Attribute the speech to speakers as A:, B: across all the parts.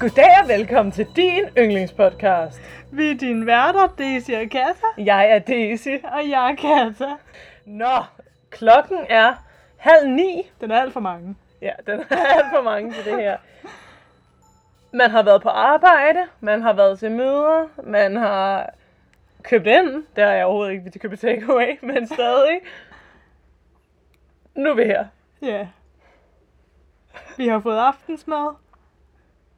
A: Goddag og velkommen til din yndlingspodcast.
B: Vi er dine værter, Daisy og Kassa,
A: Jeg er Daisy.
B: og jeg er Kassa.
A: Nå, klokken er halv ni.
B: Den er alt for mange.
A: Ja, den er alt for mange til det her. Man har været på arbejde, man har været til møder, man har købt ind. Der er jeg overhovedet ikke til at købe takeaway, men stadig. Nu er vi her.
B: Ja. Yeah. Vi har fået aftensmad.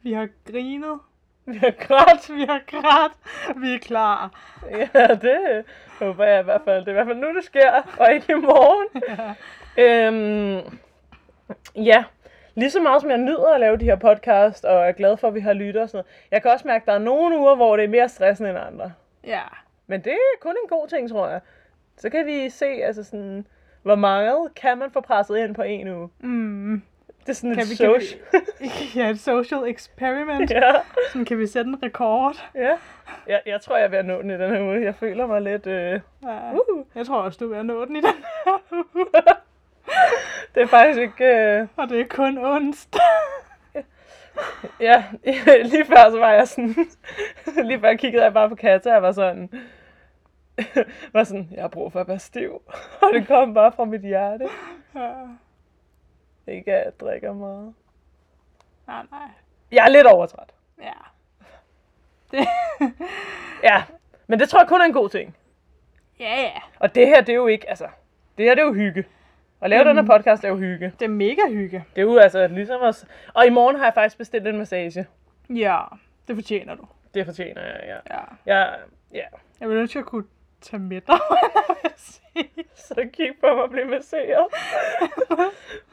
B: Vi har grinet.
A: Vi har grædt.
B: Vi har grædt. Vi er klar.
A: Ja, det håber jeg i hvert fald. Det er i hvert fald nu, det sker, og ikke i morgen.
B: Ja.
A: Øhm, ja, lige så meget som jeg nyder at lave de her podcast, og er glad for, at vi har lyttet og sådan noget. Jeg kan også mærke, at der er nogle uger, hvor det er mere stressende end andre.
B: ja.
A: Men det er kun en god ting, tror jeg. Så kan vi se, altså sådan, hvor meget kan man få presset ind på en uge.
B: Mm.
A: Det er sådan
B: Kan
A: et
B: vi- kan vi-
A: social.
B: ja, et social experiment.
A: ja,
B: Sådan kan vi sætte en rekord.
A: ja. Jeg, jeg tror, jeg er ved at nå den i den her uge. Jeg føler mig lidt... Øh,
B: Ja.
A: uh.
B: Jeg tror også, du vil nå den i den her uge.
A: Det er faktisk ikke... Øh,
B: Og det er kun onsdag.
A: Ja, lige før så var jeg sådan, lige før kiggede jeg bare på Katja, og jeg var sådan, var sådan, jeg har brug for at være stiv. Og det kom bare fra mit hjerte.
B: Ja.
A: Ikke at jeg drikker meget.
B: Nej, nej.
A: Jeg er lidt overtræt.
B: Ja. Det.
A: Ja, men det tror jeg kun er en god ting.
B: ja, ja.
A: Og det her, det er jo ikke, altså, det her det er jo hygge. At lave den her podcast er jo hygge.
B: Det er mega hygge.
A: Det er jo altså ligesom os. Og i morgen har jeg faktisk bestilt en massage.
B: Ja, det fortjener du.
A: Det fortjener jeg, ja.
B: Ja.
A: Jeg, ja,
B: Jeg ville ønske, at jeg kunne tage med dig, hvad jeg vil sige.
A: så kig på mig og blive masseret.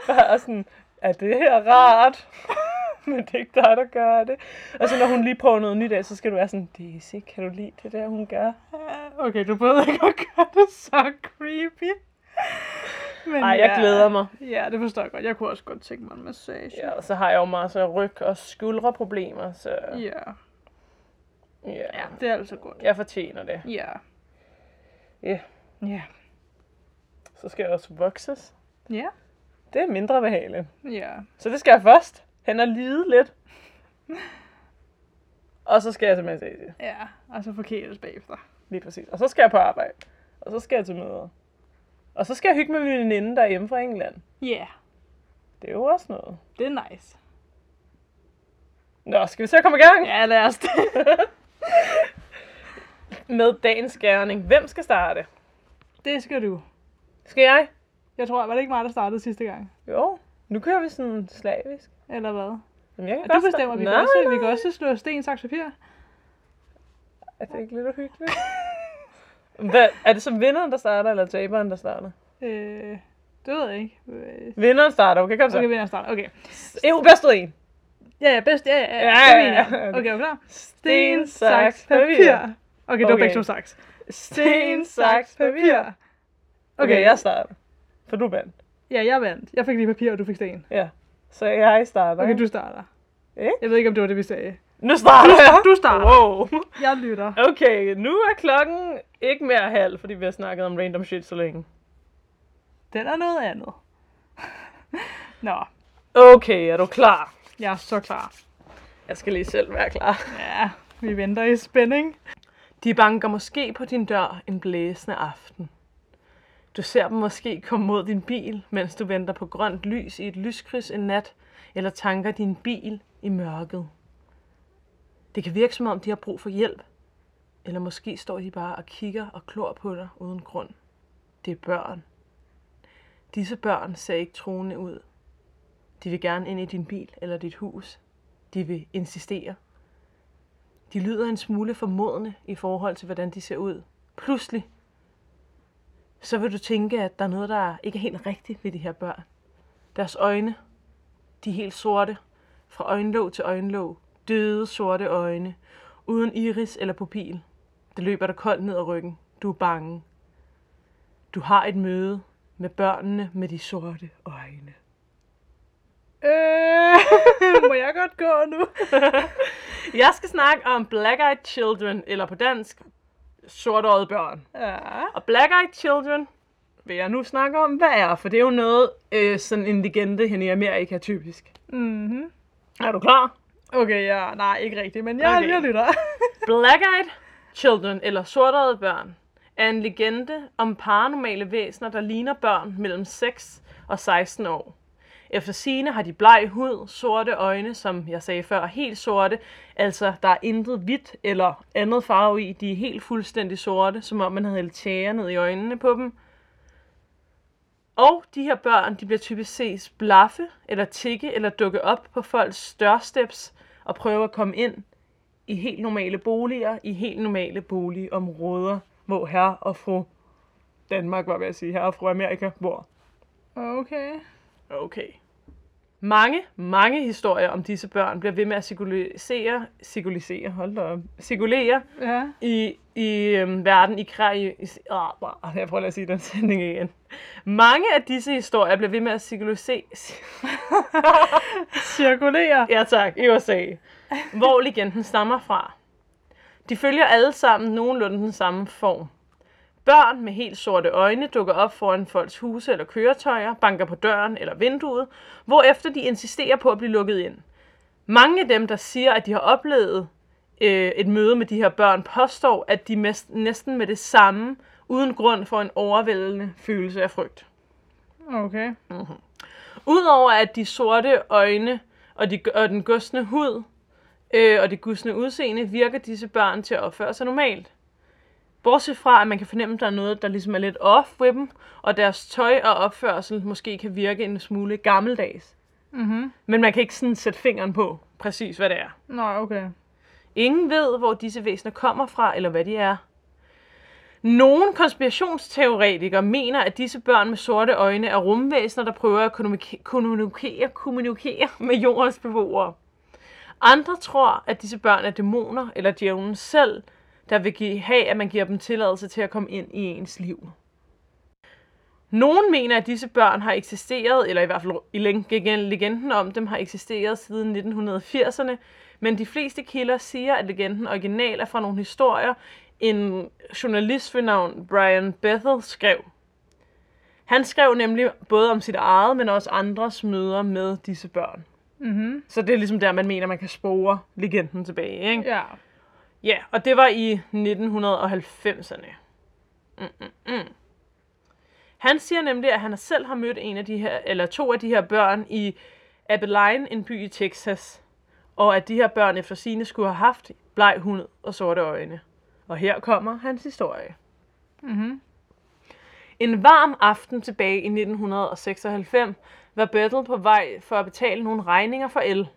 A: Bare sådan, er det her rart? Men det er ikke dig, der gør det. Og så når hun lige prøver noget nyt af, så skal du være sådan, Daisy, kan du lide det der, hun gør?
B: Øh, Okay, du behøver ikke at gøre det så creepy. Men
A: Nej, jeg glæder mig.
B: Ja, det forstår jeg godt. Jeg kunne også godt tænke mig en massage.
A: Ja, og så har jeg jo meget så ryg- og skuldreproblemer, så
B: ja.
A: ja,
B: det er altså godt.
A: jeg fortjener det.
B: Ja.
A: Ja.
B: Ja.
A: Så skal jeg også vokses.
B: Ja.
A: Det er mindre behageligt.
B: Ja.
A: Så det skal jeg først hen og lide lidt. Og så skal jeg til massage.
B: Ja. Og så forkæles bagefter.
A: Lige præcis. Og så skal jeg på arbejde. Og så skal jeg til møder. Og så skal jeg hygge med min veninde, der er hjemme fra England.
B: Ja, yeah.
A: Det er jo også noget.
B: det er nice.
A: Nå, skal vi så komme i gang?
B: Ja, lad os det.
A: Med dagens gerning. Hvem skal starte?
B: det skal du.
A: Skal jeg?
B: Jeg tror, var det ikke mig, der startede sidste gang?
A: Jo. Nu kører vi sådan slavisk.
B: Eller hvad?
A: Jamen, jeg kan
B: Ja, du bestemmer, vi kan, også, vi kan
A: godt.
B: også slå sten, saks, papir.
A: Er det ikke lidt uhyggeligt? Hvad, er det så vinderen, der starter, eller taberen, der starter?
B: Øh, det ved jeg ikke. Øh,
A: Vinderen starter, okay, kom så.
B: Okay,
A: Okay.
B: vi er start. Okay.
A: EU, bedst ud en.
B: Ja, ja, bedst. Ja, ja,
A: Ja,
B: ja. det
A: ja,
B: mener jeg.
A: ja.
B: Okay, er du klar?
A: Sten, saks, papir.
B: Okay, det var
A: Okay.
B: begge to saks.
A: Sten, saks, papir. Okay, jeg starter. For du vandt.
B: Ja, jeg vandt. Jeg fik lige papir, og du fik sten.
A: Ja. Så jeg starter.
B: Okay, du starter.
A: Ikke?
B: Jeg ved ikke, om det var det, vi sagde.
A: Nu starter jeg.
B: Du starter.
A: Wow.
B: Jeg lytter.
A: Okay, nu er klokken ikke mere halv, fordi vi har snakket om random shit så længe.
B: Den er noget andet. Nå,
A: Okay, er du klar?
B: jeg er så klar.
A: Jeg skal lige selv være klar.
B: Ja, vi venter i spænding.
A: De banker måske på din dør en blæsende aften. Du ser dem måske komme mod din bil, mens du venter på grønt lys i et lyskryds en nat, eller tanker din bil i mørket. Det kan virke som om, de har brug for hjælp. Eller måske står de bare og kigger og klor på dig uden grund. Det er børn. Disse børn ser ikke troende ud. De vil gerne ind i din bil eller dit hus. De vil insistere. De lyder en smule formodende i forhold til, hvordan de ser ud. Pludselig, så vil du tænke, at der er noget, der ikke er helt rigtigt ved de her børn. Deres øjne, de er helt sorte. Fra øjenlåg til øjenlåg. Døde sorte øjne. Uden iris eller pupil. Det løber dig koldt ned ad ryggen. Du er bange. Du har et møde med børnene med de sorte øjne.
B: Øh, må jeg godt gå nu?
A: Jeg skal snakke om black-eyed children, eller på dansk, sortøjede børn.
B: Ja.
A: Og Black Eyed Children vil jeg nu snakke om, hvad er, for det er jo noget, øh, sådan en legende hen i Amerika typisk.
B: Mhm.
A: Er du klar?
B: Okay, ja, nej, ikke rigtigt, men jeg,
A: Okay.
B: okay. jeg lytter.
A: Black-eyed children, eller sortøjet børn, er en legende om paranormale væsener, der ligner børn mellem 6 og 16 år. Efter sine har de bleg hud, sorte øjne, som jeg sagde før, helt sorte, altså der er intet hvidt eller andet farve i, de er helt fuldstændig sorte, som om man havde hældt tjære ned i øjnene på dem. Og de her børn, de bliver typisk ses blaffe, eller tikke, eller dukke op på folks dørsteps og prøve at komme ind i helt normale boliger, i helt normale boligområder, hvor herre og fru Danmark, var ved at sige, herre og fru Amerika bor.
B: okay.
A: Okay. Mange, mange historier om disse børn bliver ved med at cirkulisere, cirkulisere, hold da op, cirkulere
B: Ja.
A: i, i øhm, verden i krig... I, øh, jeg prøver lige at sige den sætning igen. Mange af disse historier bliver ved med at cirkulisere...
B: Cirkulerer.
A: Ja tak, i USA. Hvor legenden stammer fra. De følger alle sammen nogenlunde den samme form. Børn med helt sorte øjne dukker op foran folks huse eller køretøjer, banker på døren eller vinduet, hvorefter de insisterer på at blive lukket ind. Mange af dem, der siger, at de har oplevet øh, et møde med de her børn, påstår, at de mest, næsten med det samme, uden grund, får en overvældende følelse af frygt.
B: Okay.
A: Udover at de sorte øjne og, de, og den gusne hud øh, og det gusne udseende virker disse børn til at opføre sig normalt. Bortset fra, at man kan fornemme, at der er noget, der ligesom er lidt off ved dem, og deres tøj og opførsel måske kan virke en smule gammeldags.
B: Mhm.
A: Men man kan ikke sådan sætte fingeren på præcis, hvad det er.
B: Nå, okay.
A: Ingen ved, hvor disse væsener kommer fra, eller hvad de er. Nogle konspirationsteoretikere mener, at disse børn med sorte øjne er rumvæsener, der prøver at kommunike- kommunikere, kommunikere med jordens beboere. Andre tror, at disse børn er dæmoner eller djævlen selv, der vil give, have, at man giver dem tilladelse til at komme ind i ens liv. Nogle mener, at disse børn har eksisteret, eller i hvert fald i læng- igen- legenden om dem har eksisteret siden 1980'erne, men de fleste kilder siger, at legenden original er fra nogle historier, en journalist ved navn Brian Bethel skrev. Han skrev nemlig både om sit eget, men også andres møder med disse børn.
B: Mhm.
A: Så det er ligesom der, man mener, man kan spore legenden tilbage, ikke?
B: Ja.
A: Ja, og det var i 1990'erne. Mm-mm-mm. mm, Han siger nemlig, at han selv har mødt en af de her, eller to af de her børn i Abilene, en by i Texas. Og at de her børn efter sine skulle have haft bleg hund og sorte øjne. Og her kommer hans historie.
B: Mhm.
A: En varm aften tilbage i 1996 var Battle på vej for at betale nogle regninger for el.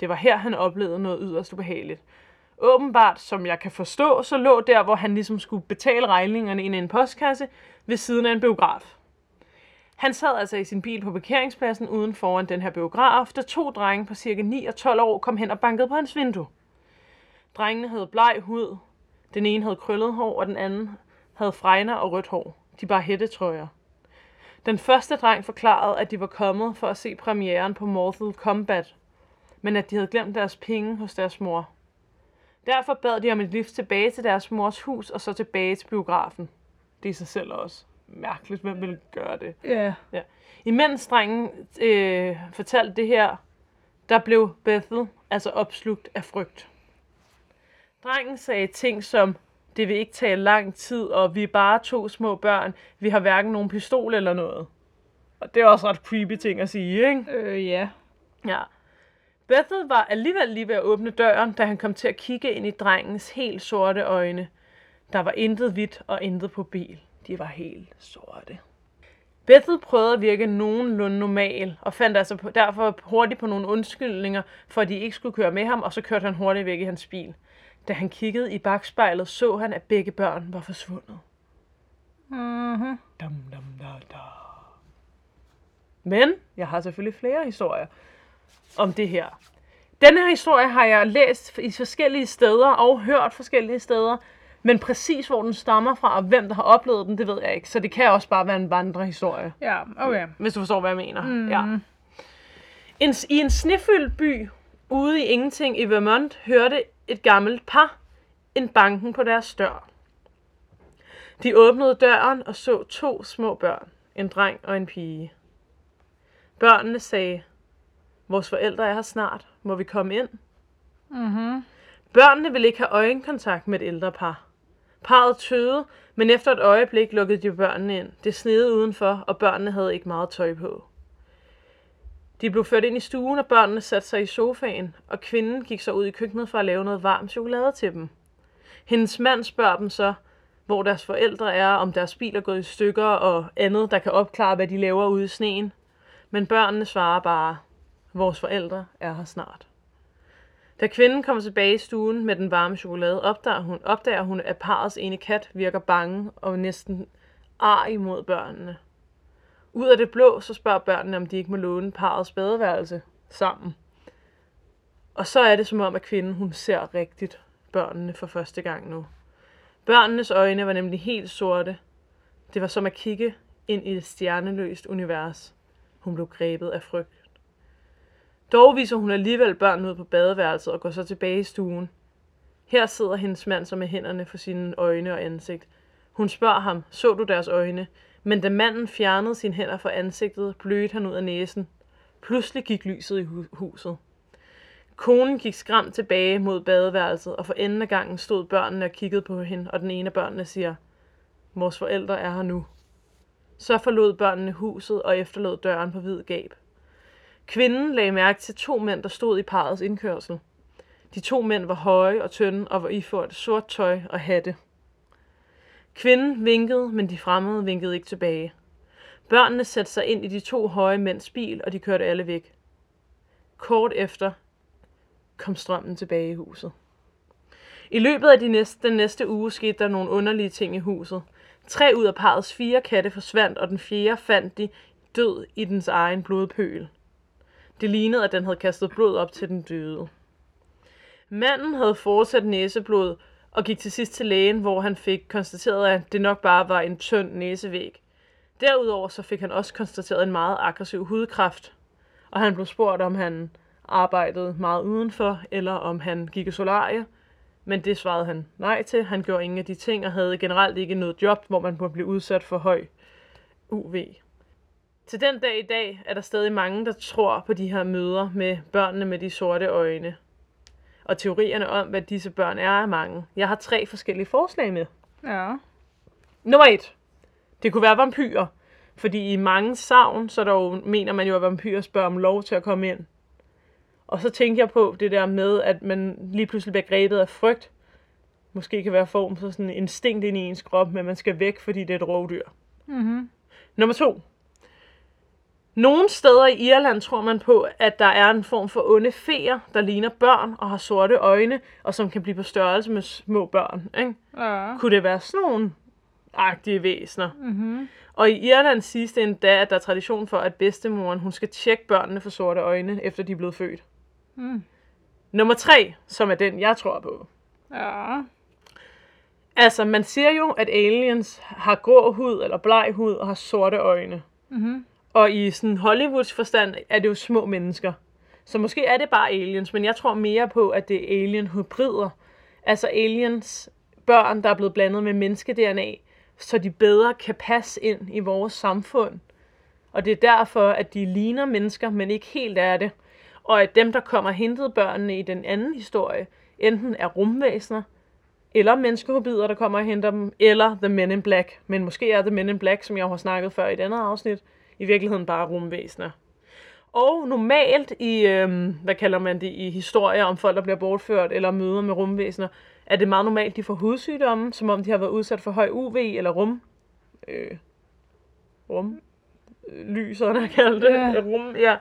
A: Det var her, han oplevede noget yderst ubehageligt. Åbenbart, som jeg kan forstå, så lå der, hvor han ligesom skulle betale regningerne ind i en postkasse, ved siden af en biograf. Han sad altså i sin bil på parkeringspladsen uden foran den her biograf, da to drenge på cirka 9 og 12 år kom hen og bankede på hans vindue. Drengene havde bleg hud, den ene havde krøllet hår, og den anden havde fregner og rødt hår. De bar hættetrøjer. Den første dreng forklarede, at de var kommet for at se premieren på Mortal Kombat, men at de havde glemt deres penge hos deres mor. Derfor bad de om et lift tilbage til deres mors hus og så tilbage til biografen. Det er i sig selv også mærkeligt, hvem ville gøre det?
B: Ja.
A: Imens drengen øh, fortalte det her, der blev Bethel altså opslugt af frygt. Drengen sagde ting som, det vil ikke tage lang tid, og vi er bare to små børn, vi har hverken nogen pistol eller noget. Og det er også ret creepy ting at sige, ikke?
B: Øh, ja.
A: Ja. Bethel var alligevel lige ved at åbne døren, da han kom til at kigge ind i drengens helt sorte øjne. Der var intet hvidt og intet på bil. De var helt sorte. Bethel prøvede at virke nogenlunde normal, og fandt altså på- derfor hurtigt på nogle undskyldninger, for at de ikke skulle køre med ham, og så kørte han hurtigt væk i hans bil. Da han kiggede i bagspejlet, så han, at begge børn var forsvundet.
B: Mhm.
A: Dum, dum, da, da. Men jeg har selvfølgelig flere historier om det her. Den her historie har jeg læst i forskellige steder og hørt forskellige steder, men præcis hvor den stammer fra og hvem der har oplevet den, det ved jeg ikke. Så det kan også bare være en vandrehistorie,
B: Ja, okay.
A: hvis du forstår, hvad jeg mener.
B: Mhm.
A: Ja. En, I en snefyldt by ude i ingenting i Vermont hørte et gammelt par en banken på deres dør. De åbnede døren og så to små børn, en dreng og en pige. Børnene sagde, vores forældre er her snart, må vi komme ind?
B: Mhm.
A: Børnene ville ikke have øjenkontakt med et ældre par. Parret tøvede, men efter et øjeblik lukkede de børnene ind. Det snede udenfor, og børnene havde ikke meget tøj på. De blev ført ind i stuen, og børnene satte sig i sofaen, og kvinden gik så ud i køkkenet for at lave noget varm chokolade til dem. Hendes mand spørger dem så, hvor deres forældre er, om deres bil er gået i stykker og andet, der kan opklare, hvad de laver ude i sneen. Men børnene svarer bare, vores forældre er her snart. Da kvinden kommer tilbage i stuen med den varme chokolade, opdager hun, opdager hun at parrets ene kat virker bange og næsten ar imod børnene. Ud af det blå, så spørger børnene, om de ikke må låne parrets badeværelse sammen. Og så er det som om, at kvinden hun ser rigtigt børnene for første gang nu. Børnenes øjne var nemlig helt sorte. Det var som at kigge ind i et stjerneløst univers. Hun blev grebet af frygt. Dog viser hun alligevel børnene ud på badeværelset og går så tilbage i stuen. Her sidder hendes mand så med hænderne for sine øjne og ansigt. Hun spørger ham, så du deres øjne? Men da manden fjernede sine hænder fra ansigtet, blødte han ud af næsen. Pludselig gik lyset i hu- huset. Konen gik skræmt tilbage mod badeværelset, og for enden af gangen stod børnene og kiggede på hende, og den ene af børnene siger, Vores forældre er her nu. Så forlod børnene huset og efterlod døren på vid gab. Kvinden lagde mærke til to mænd, der stod i parrets indkørsel. De to mænd var høje og tynde og var iført sort tøj og hatte. Kvinden vinkede, men de fremmede vinkede ikke tilbage. Børnene satte sig ind i de to høje mænds bil, og de kørte alle væk. Kort efter kom strømmen tilbage i huset. I løbet af de næste, den næste uge skete der nogle underlige ting i huset. Tre ud af parrets fire katte forsvandt, og den fjerde fandt de død i dens egen blodpøl. Det lignede, at den havde kastet blod op til den døde. Manden havde fortsat næseblod og gik til sidst til lægen, hvor han fik konstateret, at det nok bare var en tynd næsevæg. Derudover så fik han også konstateret en meget aggressiv hudkræft, og han blev spurgt, om han arbejdede meget udenfor, eller om han gik i solarie, men det svarede han nej til. Han gjorde ingen af de ting og havde generelt ikke noget job, hvor man måtte blive udsat for høj UV. Til den dag i dag er der stadig mange, der tror på de her møder med børnene med de sorte øjne. Og teorierne om, hvad disse børn er, er mange. Jeg har tre forskellige forslag med.
B: Ja.
A: Nummer et. Det kunne være vampyrer. Fordi i mange savn, så der jo, mener man jo, at vampyrer spørger om lov til at komme ind. Og så tænker jeg på det der med, at man lige pludselig bliver grebet af frygt. Måske kan være form for sådan en instinkt ind i ens krop, men man skal væk, fordi det er et rovdyr.
B: Mhm.
A: Nummer to. Nogle steder i Irland tror man på, at der er en form for onde feer, der ligner børn og har sorte øjne, og som kan blive på størrelse med små børn. Ikke?
B: Ja.
A: Kunne det være sådan nogle agtige væsener?
B: Mhm.
A: Og i Irland siges det endda, at der er tradition for, at bedstemoren hun skal tjekke børnene for sorte øjne, efter de er blevet født.
B: Mm.
A: Nummer tre, som er den, jeg tror på.
B: Ja.
A: Altså, man siger jo, at aliens har grå hud eller bleg hud og har sorte øjne.
B: Mhm.
A: Og i sådan Hollywoods forstand er det jo små mennesker. Så måske er det bare aliens, men jeg tror mere på, at det er alien-hybrider. Altså aliens børn, der er blevet blandet med menneske-DNA, så de bedre kan passe ind i vores samfund. Og det er derfor, at de ligner mennesker, men ikke helt er det. Og at dem, der kommer og hentede børnene i den anden historie, enten er rumvæsener, eller menneskehobider, der kommer og henter dem, eller The Men in Black. Men måske er The Men in Black, som jeg jo har snakket før i et andet afsnit, i virkeligheden bare rumvæsener. Og normalt i, øhm, hvad kalder man det, i historier om folk, der bliver bortført eller møder med rumvæsener, er det meget normalt, de får hudsygdomme, som om de har været udsat for høj UV eller rum. Øh, rum? øh, Lys, eller hvad jeg kalder det.
B: Ja.
A: Yeah. Rum, ja.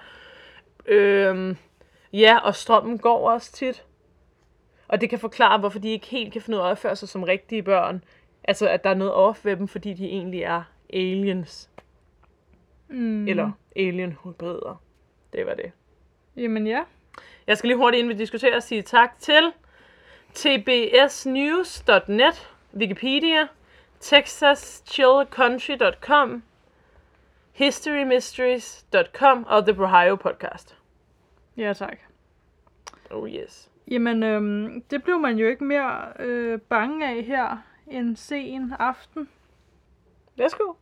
A: Øhm, ja, og strømmen går også tit. Og det kan forklare, hvorfor de ikke helt kan finde ud af at opføre sig som rigtige børn. Altså, at der er noget off ved dem, fordi de egentlig er aliens
B: Mm.
A: eller alien-hybrider. Det var det.
B: Jamen ja.
A: Jeg skal lige hurtigt, inden vi diskuterer, sige tak til tbsnews.net, Wikipedia, texaschillcountry.com, historymysteries.com og The Ohio Podcast.
B: Ja, tak.
A: Oh yes.
B: Jamen, øhm, det blev man jo ikke mere øh, bange af her en sen aften.
A: Værsgo.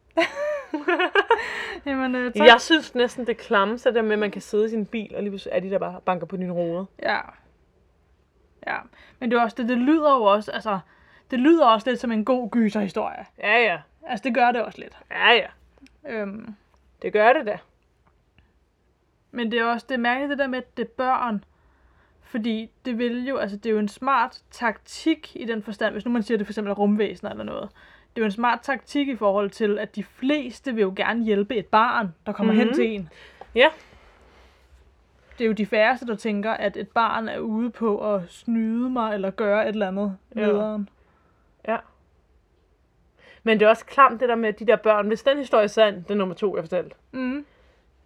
B: Jamen, øh, tak.
A: Jeg synes næsten, det klamme sig der med, at man kan sidde i sin bil, og lige pludselig er de der bare og banker på din rode.
B: ja. Ja. Men det, er også, det, det lyder jo også, altså, det lyder også lidt som en god gyserhistorie.
A: Ja, ja.
B: Altså, det gør det også lidt.
A: Ja, ja.
B: Øhm,
A: Det gør det da.
B: men det er også det er mærkeligt, det der med, at det er børn. Fordi det vil jo, altså det er jo en smart taktik i den forstand, hvis nu man siger, det for eksempel er rumvæsener eller noget. Det er jo en smart taktik i forhold til, at de fleste vil jo gerne hjælpe et barn, der kommer mm-hmm. hen
A: Mhm.
B: til en.
A: Ja.
B: Det er jo de færreste, der tænker, at et barn er ude på at snyde mig eller gøre et eller andet
A: Ja.
B: nederen.
A: Men det er også klamt det der med de der børn. Hvis den historie er sand, den er nummer to, jeg fortalte.
B: Mm.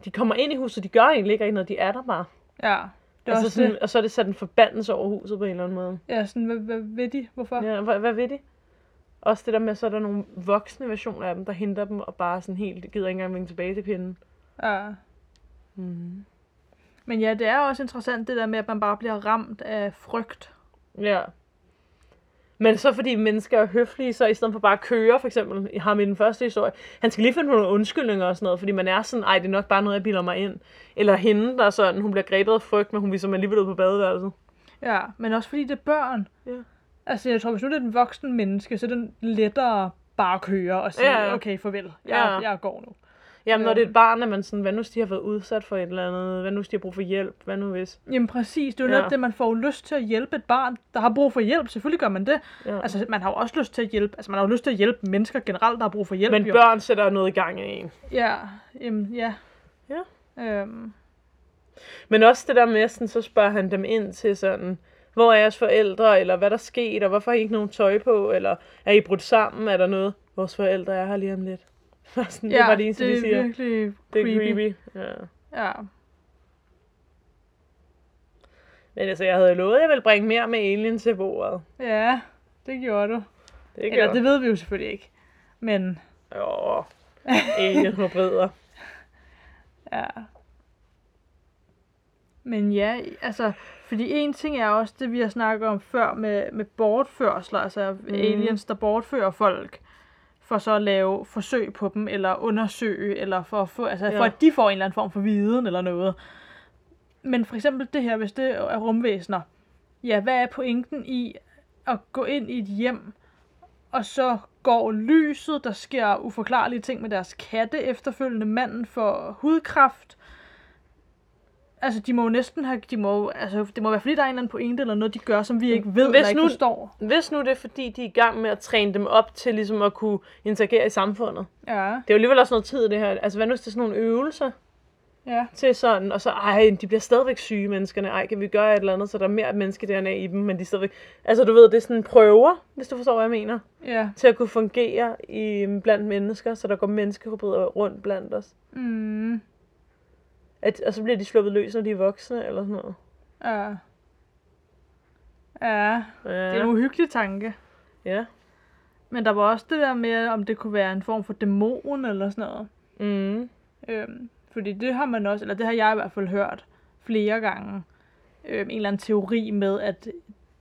A: De kommer ind i huset, de gør egentlig ikke rigtig noget, de er der bare.
B: Ja. Det er
A: altså
B: også
A: sådan,
B: det.
A: Og så er det sådan en forbandelse over huset på en eller anden måde.
B: Ja, sådan, hvad, hvad ved de? Hvorfor?
A: Ja, hvad, hvad ved de? Også det der med, så er der nogle voksne versioner af dem, der henter dem og bare sådan helt, gider ikke engang vinke tilbage til pinden.
B: ja. Mm-hmm.
A: Mm.
B: Men ja, det er også interessant det der med, at man bare bliver ramt af frygt.
A: Ja. Men så fordi mennesker er høflige, så i stedet for bare at køre, for eksempel i ham i den første historie, han skal lige finde på nogle undskyldninger og sådan noget, fordi man er sådan, ej, det er nok bare noget, jeg bilder mig ind. Eller hende, der er sådan, hun bliver grebet af frygt, men hun viser mig alligevel ud på badeværelset.
B: Ja, men også fordi det er børn.
A: Ja.
B: Altså, jeg tror, hvis nu det er den voksen menneske, så er det lettere bare at køre og sige, ja.
A: Ja.
B: okay, farvel,
A: Ja.
B: jeg, ja. jeg går nu.
A: Jamen, når
B: Ja.
A: det er et barn, er man sådan, hvad nu hvis de har været udsat for et eller andet, hvad nu hvis de har brug for hjælp, hvad nu hvis...
B: Jamen præcis, det er jo
A: Ja.
B: netop det, man får jo lyst til at hjælpe et barn, der har brug for hjælp. Selvfølgelig gør man det.
A: Ja. Altså,
B: Altså, man har jo også lyst til at hjælpe, altså man har jo lyst til at hjælpe mennesker generelt, der har brug for hjælp.
A: men
B: jo.
A: børn sætter noget i gang i en.
B: Ja, jamen, ja.
A: Ja.
B: Øhm,
A: Men også det der med, sådan, så spørger han dem ind til sådan, hvor er jeres forældre, eller hvad der skete, og hvorfor har I ikke nogen tøj på, eller er I brudt sammen, er der noget? Vores forældre er her lige om lidt. Bare sådan, det
B: ja,
A: er bare det eneste,
B: det
A: de
B: er
A: siger.
B: virkelig
A: Det er
B: creepy.
A: creepy. Ja.
B: Ja.
A: Men altså, jeg havde jo lovet, at jeg ville bringe mere med Alien til bordet.
B: ja, det gjorde du.
A: Det
B: Eller
A: gør
B: det ved vi jo selvfølgelig ikke. Men
A: Jo, Alien hybrider.
B: Ja. Men ja, altså, fordi en ting er også det, vi har snakket om før med, med bortførsler, altså mm. aliens, der bortfører folk, for så at lave forsøg på dem, eller undersøge, eller for at, få, altså, ja.
A: Ja.
B: for at de får en eller anden form for viden eller noget. Men for eksempel det her, hvis det er rumvæsener, ja, hvad er pointen i at gå ind i et hjem, og så går lyset, der sker uforklarlige ting med deres katte, efterfølgende manden for hudkræft. Altså, de må jo næsten have, de må, jo- altså, det må være fordi, der er en eller anden pointe eller noget, de gør, som vi ikke ved
A: Hvis
B: eller ikke
A: nu-
B: forstår.
A: Hvis nu det er, fordi de er i gang med at træne dem op til ligesom at kunne interagere i samfundet.
B: Ja,
A: Det er jo alligevel også noget tid, det her. Altså, hvad nu hvis det er sådan nogle øvelser?
B: ja,
A: til sådan, og så, ej, de bliver stadigvæk syge, menneskerne. Ej, kan vi gøre et eller andet, så der er mere menneske-DNA i dem, men de er stadigvæk... Altså, du ved, det er sådan prøver, hvis du forstår, hvad jeg mener,
B: ja.
A: til at kunne fungere i, mm, blandt mennesker, så der går menneskehybrider rundt blandt os.
B: Mm,
A: At, og så bliver de sluppet løs, når de er voksne, eller sådan noget.
B: ja. Ja, det er
A: Ja,
B: en uhyggelig tanke.
A: ja.
B: Men der var også det der med, om det kunne være en form for dæmon eller sådan noget.
A: Mm.
B: Øhm, fordi det har man også, eller det har jeg i hvert fald hørt flere gange, øhm, en eller anden teori med, at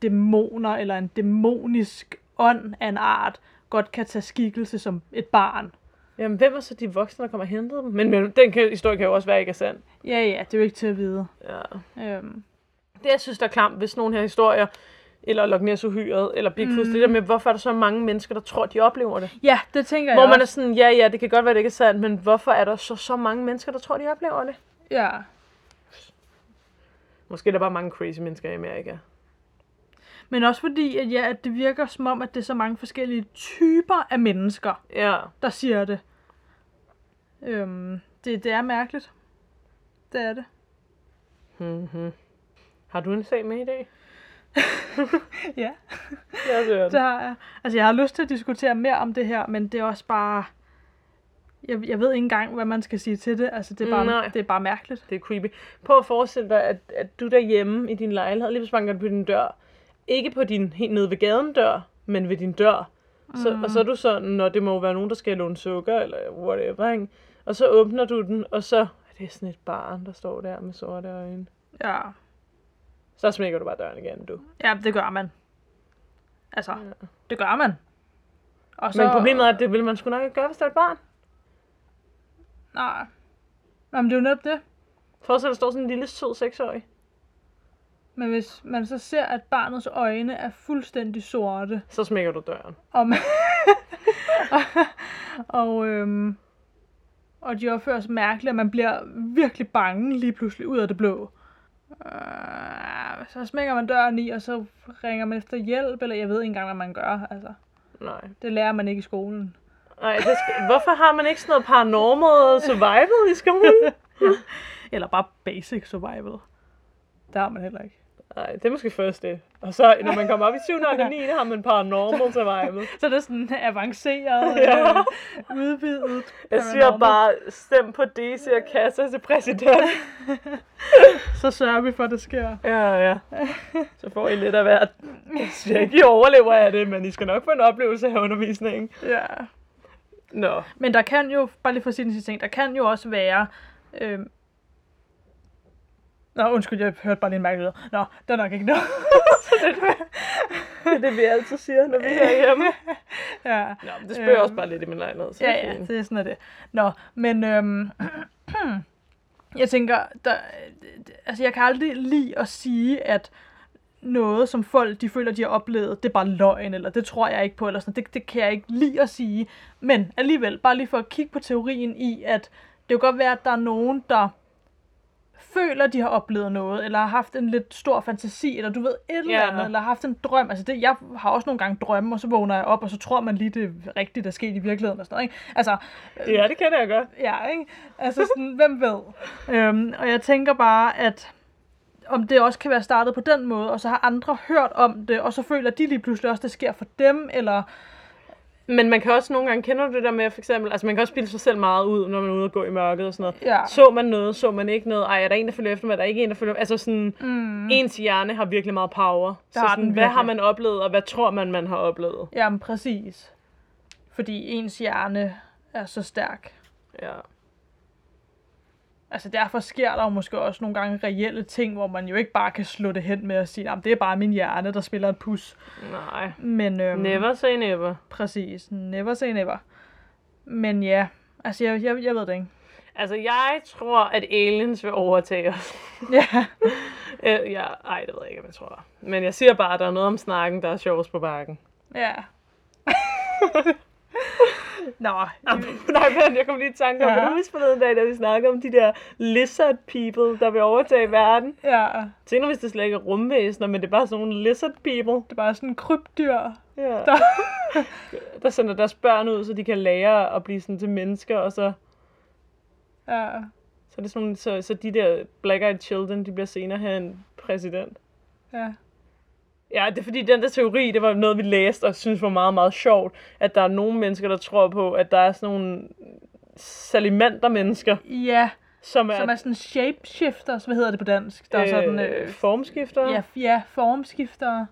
B: dæmoner eller en dæmonisk ånd af en art godt kan tage skikkelse som et barn.
A: Jamen, hvem er så de voksne, der kommer og henter dem? Men, men den kan, historie kan jo også være, ikke er sand.
B: Ja, ja, det er jo ikke til at vide.
A: Ja.
B: Øhm,
A: Det, jeg synes, der er klamt, hvis nogle her historier, eller Loch Ness uhyret, eller Bigfoot,
B: Mm.
A: mm. det der med, hvorfor er der så mange mennesker, der tror, de oplever det?
B: ja, det tænker
A: Hvor
B: jeg
A: man er
B: også.
A: sådan, ja, ja, det kan godt være, det ikke er sandt, men hvorfor er der så, så mange mennesker, der tror, de oplever det?
B: Ja.
A: Måske er der bare mange crazy mennesker i Amerika.
B: Men også fordi, at, ja, at det virker som om, at det er så mange forskellige typer af mennesker,
A: Ja,
B: der siger det. Øhm, det, det er mærkeligt. Det er det.
A: mm-hmm. Har du en sag med i dag?
B: Ja.
A: Jeg hører
B: Det
A: det.
B: har jeg. Altså, jeg har lyst til at diskutere mere om det her, men det er også bare... Jeg, jeg ved ikke engang, hvad man skal sige til det. Altså, det er bare,
A: Mm, nej.
B: det er bare mærkeligt.
A: Det er creepy. Prøv at forestille dig, at, at du derhjemme i din lejlighed, lige pludselig banker det på din dør. Ikke på din, helt nede ved gaden dør, men ved din dør. Så, mm. Og så er du sådan, når det må jo være nogen, der skal låne sukker, eller whatever, ikke? Og så åbner du den, og så er det sådan et barn, der står der med sorte øjne.
B: Ja.
A: Så smækker du bare døren igen, du.
B: ja, det gør man. Altså, ja. det gør man. Og
A: Så... Men problemet er, at det ville man sgu nok ikke gøre, hvis der er et barn.
B: Nej. Nå, men det er jo netop det.
A: Forestil dig, at der står sådan en lille sød seksårig.
B: Men hvis man så ser, at barnets øjne er fuldstændig sorte,
A: Så smækker du døren.
B: og, man og, øhm, og de opfører sig mærkeligt, og man bliver virkelig bange lige pludselig ud af det blå. Øh, så smækker man døren i, og så ringer man efter hjælp, eller jeg ved ikke engang, hvad man gør. Altså,
A: Nej.
B: det lærer man ikke i skolen.
A: Nej, det skal... Hvorfor har man ikke sådan noget paranormal survival i skolen?
B: Eller bare basic survival. Det har man heller ikke.
A: Nej, det er måske først det. Og så, når man kommer op i 7. og 9. har man paranormal survival.
B: Så det er sådan avanceret,
A: Ja.
B: ja. udvidet.
A: Jeg siger bare, stem på DC og Kassa til præsident.
B: Så sørger vi for, at det sker.
A: Ja, ja. Så får I lidt af hvert. Jeg siger ikke, I overlever af det, men I skal nok få en oplevelse af undervisningen.
B: Ja.
A: Nå.
B: Men der kan jo, bare lige for at sige den sidste ting, der kan jo også være... Øh... Nå, undskyld, jeg hørte bare lige en mærkelig lyd. Nå, der er nok ikke noget.
A: Det er det, vi altid siger, når vi er hjemme.
B: ja.
A: Nå, men det spørger jeg også bare lidt i min lejlighed. Så
B: Ja,
A: det er
B: ja,
A: fint.
B: det er sådan er det. Nå, men øhm, jeg tænker, der, altså jeg kan aldrig lide at sige, at noget, som folk de føler, de har oplevet, det er bare løgn, eller det tror jeg ikke på, eller sådan det, det kan jeg ikke lide at sige. Men alligevel, bare lige for at kigge på teorien i, at det kan godt være, at der er nogen, der føler, de har oplevet noget, eller har haft en lidt stor fantasi, eller du ved, et eller
A: Ja.
B: andet, eller har haft en drøm. Altså det, jeg har også nogle gange drømme, og så vågner jeg op, og så tror man lige, det er rigtigt, der er sket i virkeligheden og sådan noget. Ikke? Altså,
A: Ja, det kan jeg godt.
B: ja, ikke? Altså sådan, hvem ved? Øhm, og jeg tænker bare, at om det også kan være startet på den måde, og så har andre hørt om det, og så føler de lige pludselig også, det sker for dem, eller...
A: Men man kan også nogle gange, kender du det der med for eksempel, altså man kan også spille sig selv meget ud, når man er ude og gå i mørket og sådan noget.
B: Ja.
A: Så man noget, så man ikke noget, ej, er der en, der følger efter mig, er der ikke en, der følger Altså sådan,
B: Mm.
A: ens hjerne har virkelig meget power. så
B: har
A: sådan,
B: den
A: hvad har
B: virkelig.
A: man oplevet, og hvad tror man, man har oplevet?
B: Jamen, præcis. Fordi ens hjerne er så stærk.
A: Ja.
B: Altså derfor sker der jo måske også nogle gange reelle ting, hvor man jo ikke bare kan slå det hen med at sige, at det er bare min hjerne, der spiller et pus.
A: Nej.
B: Men øhm,
A: Never say never.
B: præcis, never say never. Men ja, altså jeg, jeg, jeg ved det ikke.
A: Altså, jeg tror, at aliens vil overtage os.
B: Ja,
A: Øh, ja, ej, det ved jeg ikke, om jeg tror. Men jeg siger bare, at der er noget om snakken, der er sjovest på bakken.
B: ja. Nå,
A: Nej, men jeg kom lige i tanke om,
B: Ja.
A: ja. kan du huske forleden dag, da vi snakkede om de der lizard people, der vil overtage verden?
B: ja,
A: Tænk nu, hvis det slet ikke er rumvæsener, men det er bare sådan nogle lizard people,
B: det er bare sådan krybdyr.
A: ja.
B: Der,
A: der sender deres børn ud, så de kan lære at blive sådan til mennesker, og så,
B: ja.
A: så, er det sådan, nogle- så, så de der black-eyed children, de bliver senere hen præsident.
B: Ja.
A: Ja, det er fordi, den der teori, det var noget, vi læste og synes var meget, meget sjovt, at der er nogle mennesker, der tror på, at der er sådan nogle salamander-mennesker,
B: ja,
A: som er,
B: som er sådan shapeshifters, hvad hedder det på dansk? Der er sådan, øh,
A: formskiftere.
B: Ja, ja formskiftere.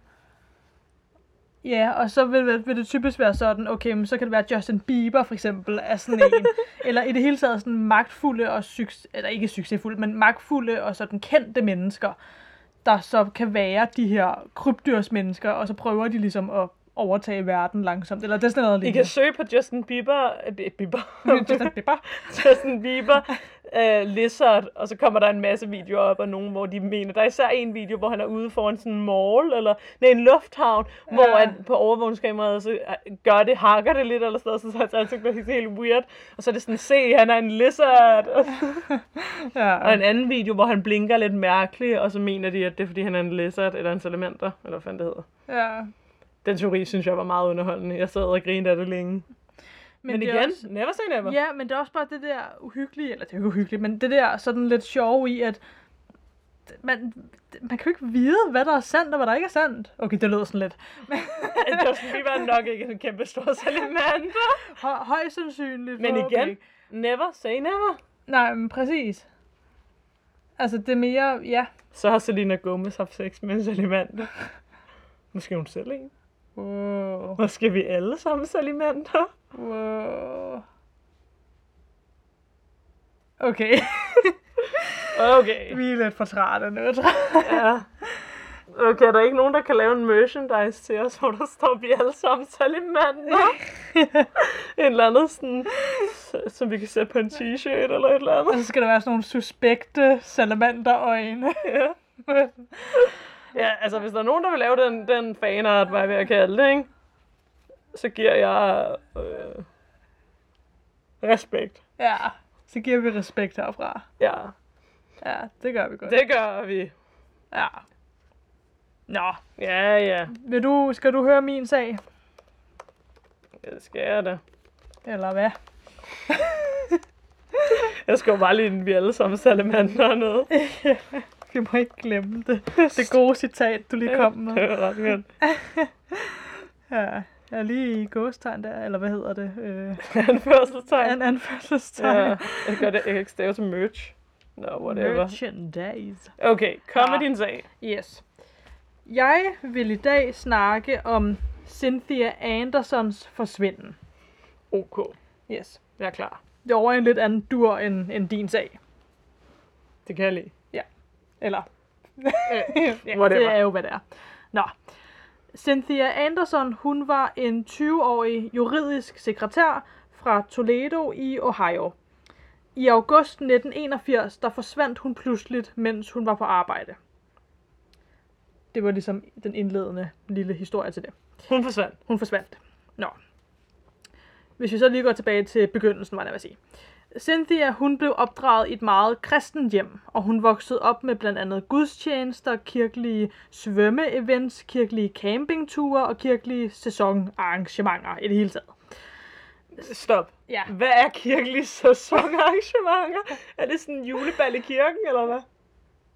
B: Ja, og så vil, vil, vil det typisk være sådan, okay, men så kan det være, at Justin Bieber for eksempel er sådan en. eller i det hele taget sådan magtfulde og succes, eller ikke succesfulde, men magtfulde og sådan kendte mennesker, der så kan være de her krybdyrsmennesker, og så prøver de ligesom at overtage verden langsomt. Eller det er sådan noget
A: I kan søge på Justin Bieber, øh, eh, Bieber,
B: Justin Bieber.
A: Justin Bieber uh, Lizard, og så kommer der en masse videoer op af nogen, hvor de mener, der er især en video, hvor han er ude foran sådan en mall, eller nej, en lufthavn, ja. hvor
B: Ja.
A: han på overvågningskameraet så øh, gør det, hakker det lidt, eller sådan noget, så hans ansigt bliver helt weird, og så er det sådan, se, han er en lizard, og, og
B: Ja,
A: en anden video, hvor han blinker lidt mærkeligt, og så mener de, at det er, fordi han er en lizard, eller en salamander, eller hvad fanden det hedder.
B: ja.
A: Den teori synes jeg var meget underholdende. Jeg sad og grinede af det længe. Men, men
B: det er
A: igen,
B: også-
A: også... never say never.
B: Ja, men det er også bare det der uhyggelige, eller det er jo ikke uhyggeligt, men det der sådan lidt sjove i, at man, man kan jo ikke vide, hvad der er sandt og hvad der ikke er sandt. Okay, det lyder sådan lidt.
A: Justin Bieber er nok ikke en kæmpe stor salamander.
B: Hø- højst sandsynligt.
A: Men
B: forhåbentlig
A: igen,
B: ikke.
A: never say never.
B: Nej, men præcis. Altså, det er mere, ja.
A: Så har Selena Gomez haft sex med en salamander. Måske hun selv en.
B: Wow.
A: Måske er vi alle sammen salamander.
B: wow. Okay,
A: Okay.
B: vi er lidt for trætte nu, tror
A: Ja. Okay, er der ikke nogen, der kan lave en merchandise til os, hvor der står, vi er alle sammen salamander? en eller anden sådan, så- som vi kan sætte på en t-shirt eller et eller
B: Og
A: andet.
B: så skal der være sådan nogle suspekte salamanderøjne.
A: Ja. Ja, altså hvis der er nogen, der vil lave den, den fanart, var jeg ved at kalde det, ikke? Så giver jeg øh, respekt.
B: Ja, så giver vi respekt herfra.
A: Ja,
B: Ja, det gør vi godt.
A: det gør vi.
B: Ja. Nå,
A: Ja, ja,
B: vil du, skal du høre min sag?
A: det skal jeg da.
B: Eller hvad?
A: Jeg skal jo bare lige inden vi alle sammen salamander hernede.
B: Vi må ikke glemme det. Det gode citat, du lige kom med.
A: Det var ret godt.
B: Ja, jeg er lige i gåstegn der, eller hvad hedder det? Øh,
A: Anførselstegn.
B: an anførselstegn.
A: Ja, jeg gør det, jeg kan ikke stave til merch. Nå, no, whatever. Merch.
B: Merchandise.
A: Okay, kom med
B: Ja.
A: din sag.
B: Yes. Jeg vil i dag snakke om Cynthia Andersons forsvinden.
A: OK,
B: Yes.
A: jeg er klar.
B: Det er over i en lidt anden dur end, end din sag.
A: Det kan jeg lide.
B: Eller ja,
A: whatever.
B: Øh, det er jo, hvad det er. Nå. Cynthia Anderson, hun var en 20-årig juridisk sekretær fra Toledo i Ohio. I august 1981, der forsvandt hun pludseligt, mens hun var på arbejde. Det var ligesom den indledende lille historie til det.
A: Hun forsvandt.
B: Hun forsvandt. Nå. Hvis vi så lige går tilbage til begyndelsen, var det at sige. Cynthia, hun blev opdraget i et meget kristent hjem, og hun voksede op med blandt andet gudstjenester, kirkelige svømmeevents, kirkelige campingture og kirkelige sæsonarrangementer i det hele taget.
A: Stop.
B: Ja,
A: Hvad er kirkelige sæsonarrangementer? Er det sådan en julebal i kirken, eller hvad?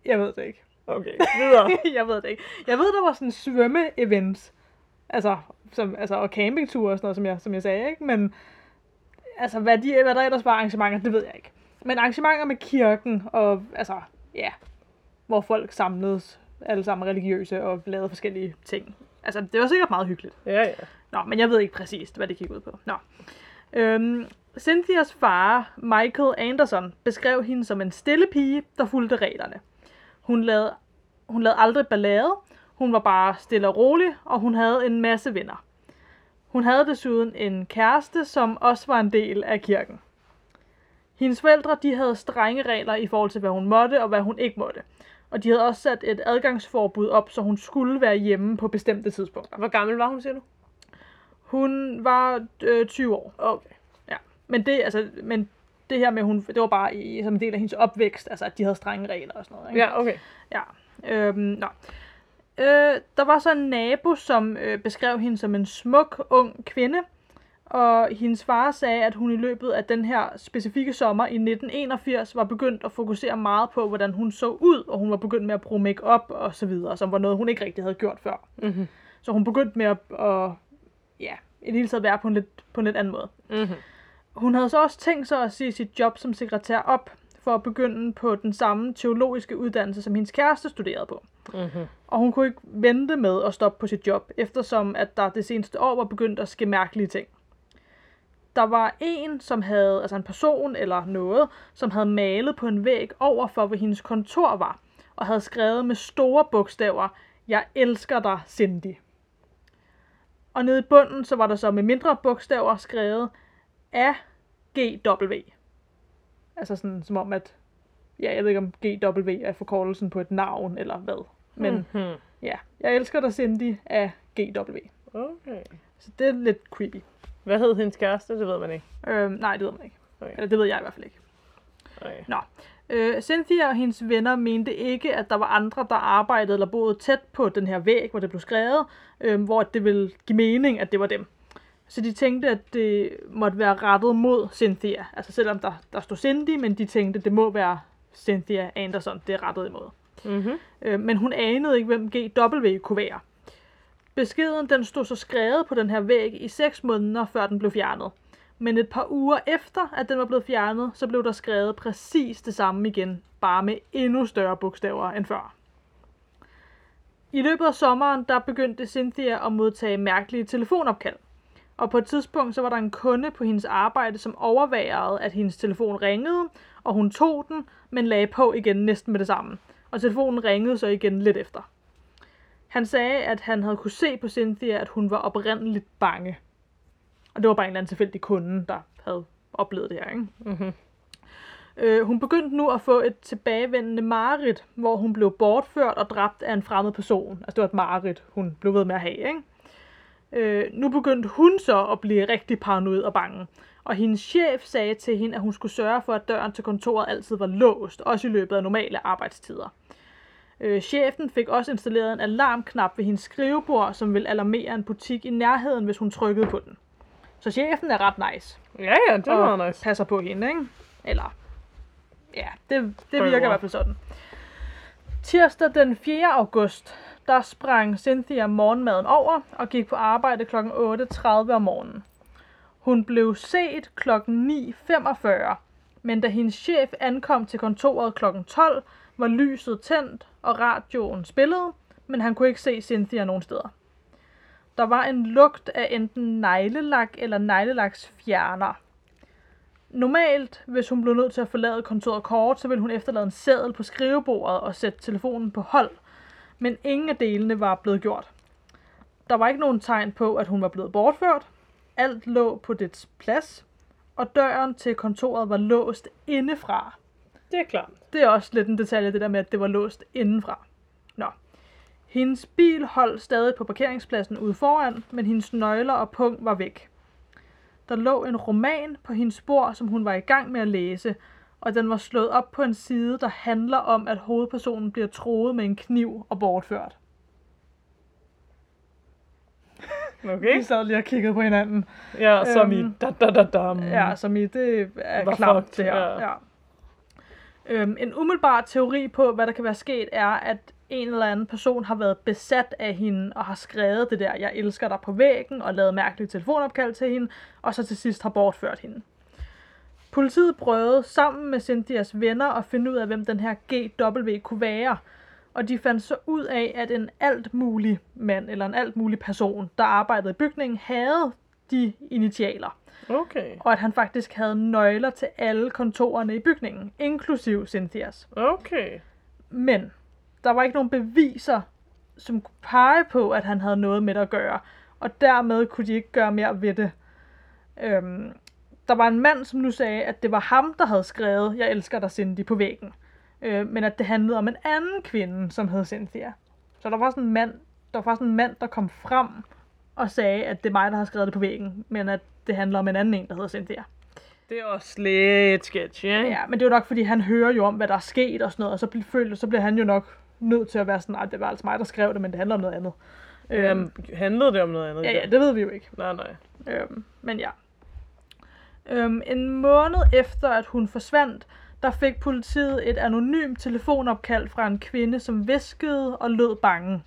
B: jeg ved det ikke.
A: Okay, videre.
B: jeg ved det ikke. Jeg ved, der var sådan svømmeevents, altså, som, altså, og campingture og sådan noget, som jeg, som jeg sagde, ikke? Men altså, hvad, de, hvad der ellers var arrangementer, det ved jeg ikke. Men arrangementer med kirken, og altså, ja, hvor folk samledes, alle sammen religiøse, og lavede forskellige ting. Altså, det var sikkert meget hyggeligt.
A: ja, ja.
B: Nå, men jeg ved ikke præcist, hvad det gik ud på. Nå. Øhm, Cynthias far, Michael Anderson, beskrev hende som en stille pige, der fulgte reglerne. Hun lavede, hun lavede aldrig ballade, hun var bare stille og rolig, og hun havde en masse venner. Hun havde desuden en kæreste, som også var en del af kirken. Hendes forældre de havde strenge regler i forhold til, hvad hun måtte og hvad hun ikke måtte. Og de havde også sat et adgangsforbud op, så hun skulle være hjemme på bestemte tidspunkter.
A: Hvor gammel var hun, siger du?
B: Hun var øh, 20 år.
A: Okay.
B: Ja. Men det, altså, men det her med, hun, det var bare i, som en del af hendes opvækst, altså at de havde strenge regler og sådan noget. Ikke?
A: Ja, okay.
B: ja. Øhm, nå. Øh, der var så en nabo, som øh, beskrev hende som en smuk, ung kvinde. Og hendes far sagde, at hun i løbet af den her specifikke sommer i 1981 var begyndt at fokusere meget på, hvordan hun så ud, og hun var begyndt med at bruge makeup og så videre, som var noget, hun ikke rigtig havde gjort før.
A: Mhm.
B: Så hun begyndte med at, at ja, i det hele taget være på en lidt, på en lidt anden måde.
A: Mhm.
B: Hun havde så også tænkt sig at sige sit job som sekretær op, for at begynde på den samme teologiske uddannelse, som hendes kæreste studerede på.
A: Mhm.
B: Og hun kunne ikke vente med at stoppe på sit job, eftersom at der det seneste år var begyndt at ske mærkelige ting. Der var en, som havde, altså en person eller noget, som havde malet på en væg over for, hvor hendes kontor var, og havde skrevet med store bogstaver, jeg elsker dig, Cindy. Og nede i bunden, så var der så med mindre bogstaver skrevet AGW. Altså sådan, som om at, ja, jeg ved ikke om GW er forkortelsen på et navn eller hvad. Men
A: Mhm.
B: Ja, jeg elsker dig, Cindy, af GW.
A: Okay.
B: Så det er lidt creepy.
A: Hvad hed hendes kæreste? Det ved man ikke.
B: Øhm, nej, det ved man ikke.
A: Okay.
B: Eller det ved jeg i hvert fald ikke.
A: Okay.
B: Nå. Øh, Cynthia og hendes venner mente ikke, at der var andre, der arbejdede eller boede tæt på den her væg, hvor det blev skrevet, øh, hvor det ville give mening, at det var dem. Så de tænkte, at det måtte være rettet mod Cynthia. Altså selvom der, der stod Cindy, men de tænkte, at det må være Cynthia Anderson, det er rettet imod.
A: Mhm.
B: Øh, men hun anede ikke, hvem GW kunne være. Beskeden den stod så skrevet på den her væg i 6 måneder, før den blev fjernet. Men et par uger efter, at den var blevet fjernet, så blev der skrevet præcis det samme igen, bare med endnu større bogstaver end før. I løbet af sommeren, der begyndte Cynthia at modtage mærkelige telefonopkald. Og på et tidspunkt, så var der en kunde på hendes arbejde, som overværede, at hendes telefon ringede, og hun tog den, men lagde på igen næsten med det samme. Og telefonen ringede så igen lidt efter. Han sagde, at han havde kunne se på Cynthia, at hun var oprindeligt bange. Og det var bare en eller anden tilfældig kunde, der havde oplevet det her, ikke?
A: Mhm.
B: Øh, hun begyndte nu at få et tilbagevendende mareridt, hvor hun blev bortført og dræbt af en fremmed person. Altså det var et mareridt, hun blev ved med at have, ikke? Øh, nu begyndte hun så at blive rigtig paranoid og bange. Og hendes chef sagde til hende, at hun skulle sørge for, at døren til kontoret altid var låst, også i løbet af normale arbejdstider. Øh, chefen fik også installeret en alarmknap ved hendes skrivebord, som ville alarmere en butik i nærheden, hvis hun trykkede på den. Så chefen er ret nice
A: Ja, ja, det var
B: og
A: nice.
B: passer på hende, ikke? Eller, ja, det, det
A: Prøver.
B: virker i hvert fald sådan. Tirsdag den 4. august, der sprang Cynthia morgenmaden over og gik på arbejde kl. 8.30 om morgenen. Hun blev set kl. 9.45, men da hendes chef ankom til kontoret kl. 12, var lyset tændt og radioen spillede, men han kunne ikke se Cynthia nogen steder. Der var en lugt af enten neglelak eller neglelaks fjerner. Normalt, hvis hun blev nødt til at forlade kontoret kort, så ville hun efterlade en seddel på skrivebordet og sætte telefonen på hold. Men ingen af delene var blevet gjort. Der var ikke nogen tegn på, at hun var blevet bortført. Alt lå på dets plads, og døren til kontoret var låst indefra.
A: Det er klart.
B: Det er også lidt en detalje, det der med, at det var låst indenfra. Nå. Hendes bil holdt stadig på parkeringspladsen ude foran, men hendes nøgler og pung var væk. Der lå en roman på hendes spor, som hun var i gang med at læse, og den var slået op på en side, der handler om, at hovedpersonen bliver troet med en kniv og bortført. Vi
A: Okay.
B: sad lige og kiggede på hinanden.
A: Ja, som i
B: Øhm,
A: da da da dam.
B: Ja, som i det er
A: Var
B: klart
A: fucked,
B: det her.
A: Mm. ja.
B: Ja. Øhm, en umiddelbar teori på, hvad der kan være sket, er, at en eller anden person har været besat af hende og har skrevet det der, jeg elsker dig på væggen, og lavet mærkelige telefonopkald til hende, og så til sidst har bortført hende. Politiet prøvede sammen med Cynthias venner at finde ud af, hvem den her GW kunne være, og de fandt så ud af, at en alt mulig mand, eller en alt mulig person, der arbejdede i bygningen, havde de initialer
A: Okay.
B: og at han faktisk havde nøgler til alle kontorerne i bygningen, inklusiv Cynthias.
A: Okay.
B: Men der var ikke nogen beviser, som kunne pege på, at han havde noget med det at gøre, og dermed kunne de ikke gøre mere ved det. Øhm, der var en mand, som nu sagde, at det var ham, der havde skrevet, jeg elsker dig, Cindy, på væggen. Øh, men at det handlede om en anden kvinde, som hed Cynthia. Så der var sådan en mand, der var faktisk en mand, der kom frem og sagde, at det er mig, der har skrevet det på væggen, men at det handler om en anden en, der hedder Cynthia.
A: Det er også lidt sketchy, ikke?
B: Ja, men det er jo nok, fordi han hører jo om, hvad der er sket og sådan noget, og så, bliver, føler, så bliver han jo nok nødt til at være sådan, at det var altså mig, der skrev det, men det handler om noget andet. Øhm,
A: Jamen, handlede det om noget andet?
B: ja, ja, det ved vi jo ikke.
A: Nej, nej.
B: Øhm, men ja. Øhm, en måned efter, at hun forsvandt, der fik politiet et anonymt telefonopkald fra en kvinde, som viskede og lød bange.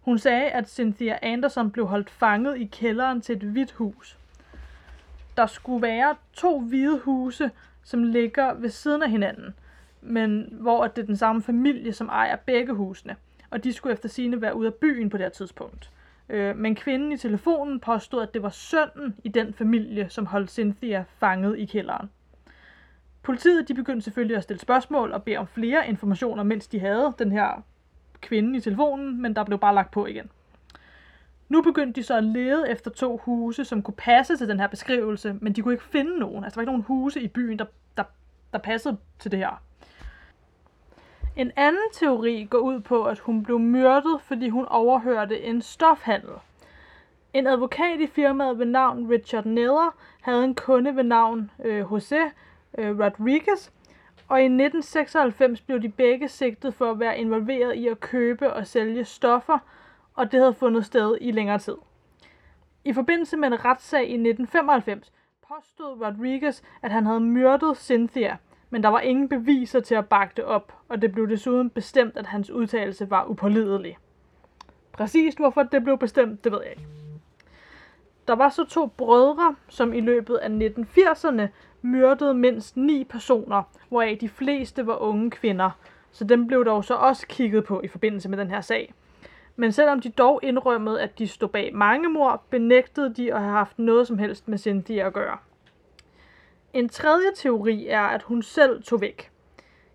B: Hun sagde, at Cynthia Anderson blev holdt fanget i kælderen til et hvidt hus. Der skulle være to hvide huse, som ligger ved siden af hinanden, men hvor at det er den samme familie, som ejer begge husene, og de skulle efter sine være ude af byen på det her tidspunkt. Øh, men kvinden i telefonen påstod, at det var sønnen i den familie, som holdt Cynthia fanget i kælderen. Politiet de begyndte selvfølgelig at stille spørgsmål og bede om flere informationer, mens de havde den her kvinde i telefonen, men der blev bare lagt på igen. Nu begyndte de så at lede efter to huse, som kunne passe til den her beskrivelse, men de kunne ikke finde nogen. Altså, der var ikke nogen huse i byen, der, der, der passede til det her. En anden teori går ud på, at hun blev myrdet, fordi hun overhørte en stofhandel. En advokat i firmaet ved navn Richard Neller havde en kunde ved navn øh, José øh, Rodriguez, og i 1996 blev de begge sigtet for at være involveret i at købe og sælge stoffer, og det havde fundet sted i længere tid. I forbindelse med en retssag i 1995 påstod Rodriguez, at han havde myrdet Cynthia, men der var ingen beviser til at bakke det op, og det blev desuden bestemt, at hans udtalelse var upålidelig. Præcis hvorfor det blev bestemt, det ved jeg ikke. Der var så to brødre, som i løbet af 1980'erne myrdede mindst ni personer, hvoraf de fleste var unge kvinder. Så dem blev dog så også kigget på i forbindelse med den her sag. Men selvom de dog indrømmede, at de stod bag mange mord, benægtede de at have haft noget som helst med Cynthia at gøre. En tredje teori er, at hun selv tog væk.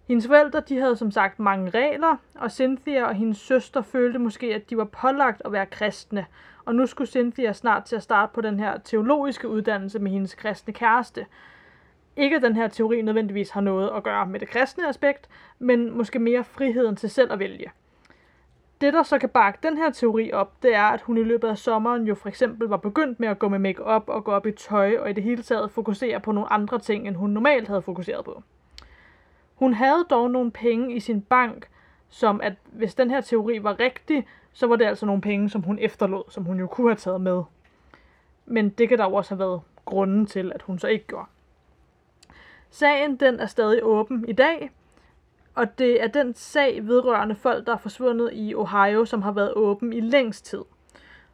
B: Hendes forældre de havde som sagt mange regler, og Cynthia og hendes søster følte måske, at de var pålagt at være kristne. Og nu skulle Cynthia snart til at starte på den her teologiske uddannelse med hendes kristne kæreste. Ikke at den her teori nødvendigvis har noget at gøre med det kristne aspekt, men måske mere friheden til selv at vælge. Det, der så kan bakke den her teori op, det er, at hun i løbet af sommeren jo for eksempel var begyndt med at gå med makeup og gå op i tøj og i det hele taget fokusere på nogle andre ting, end hun normalt havde fokuseret på. Hun havde dog nogle penge i sin bank, som at hvis den her teori var rigtig, så var det altså nogle penge, som hun efterlod, som hun jo kunne have taget med. Men det kan der jo også have været grunden til, at hun så ikke gjorde. Sagen den er stadig åben i dag, og det er den sag vedrørende folk, der er forsvundet i Ohio, som har været åben i længst tid.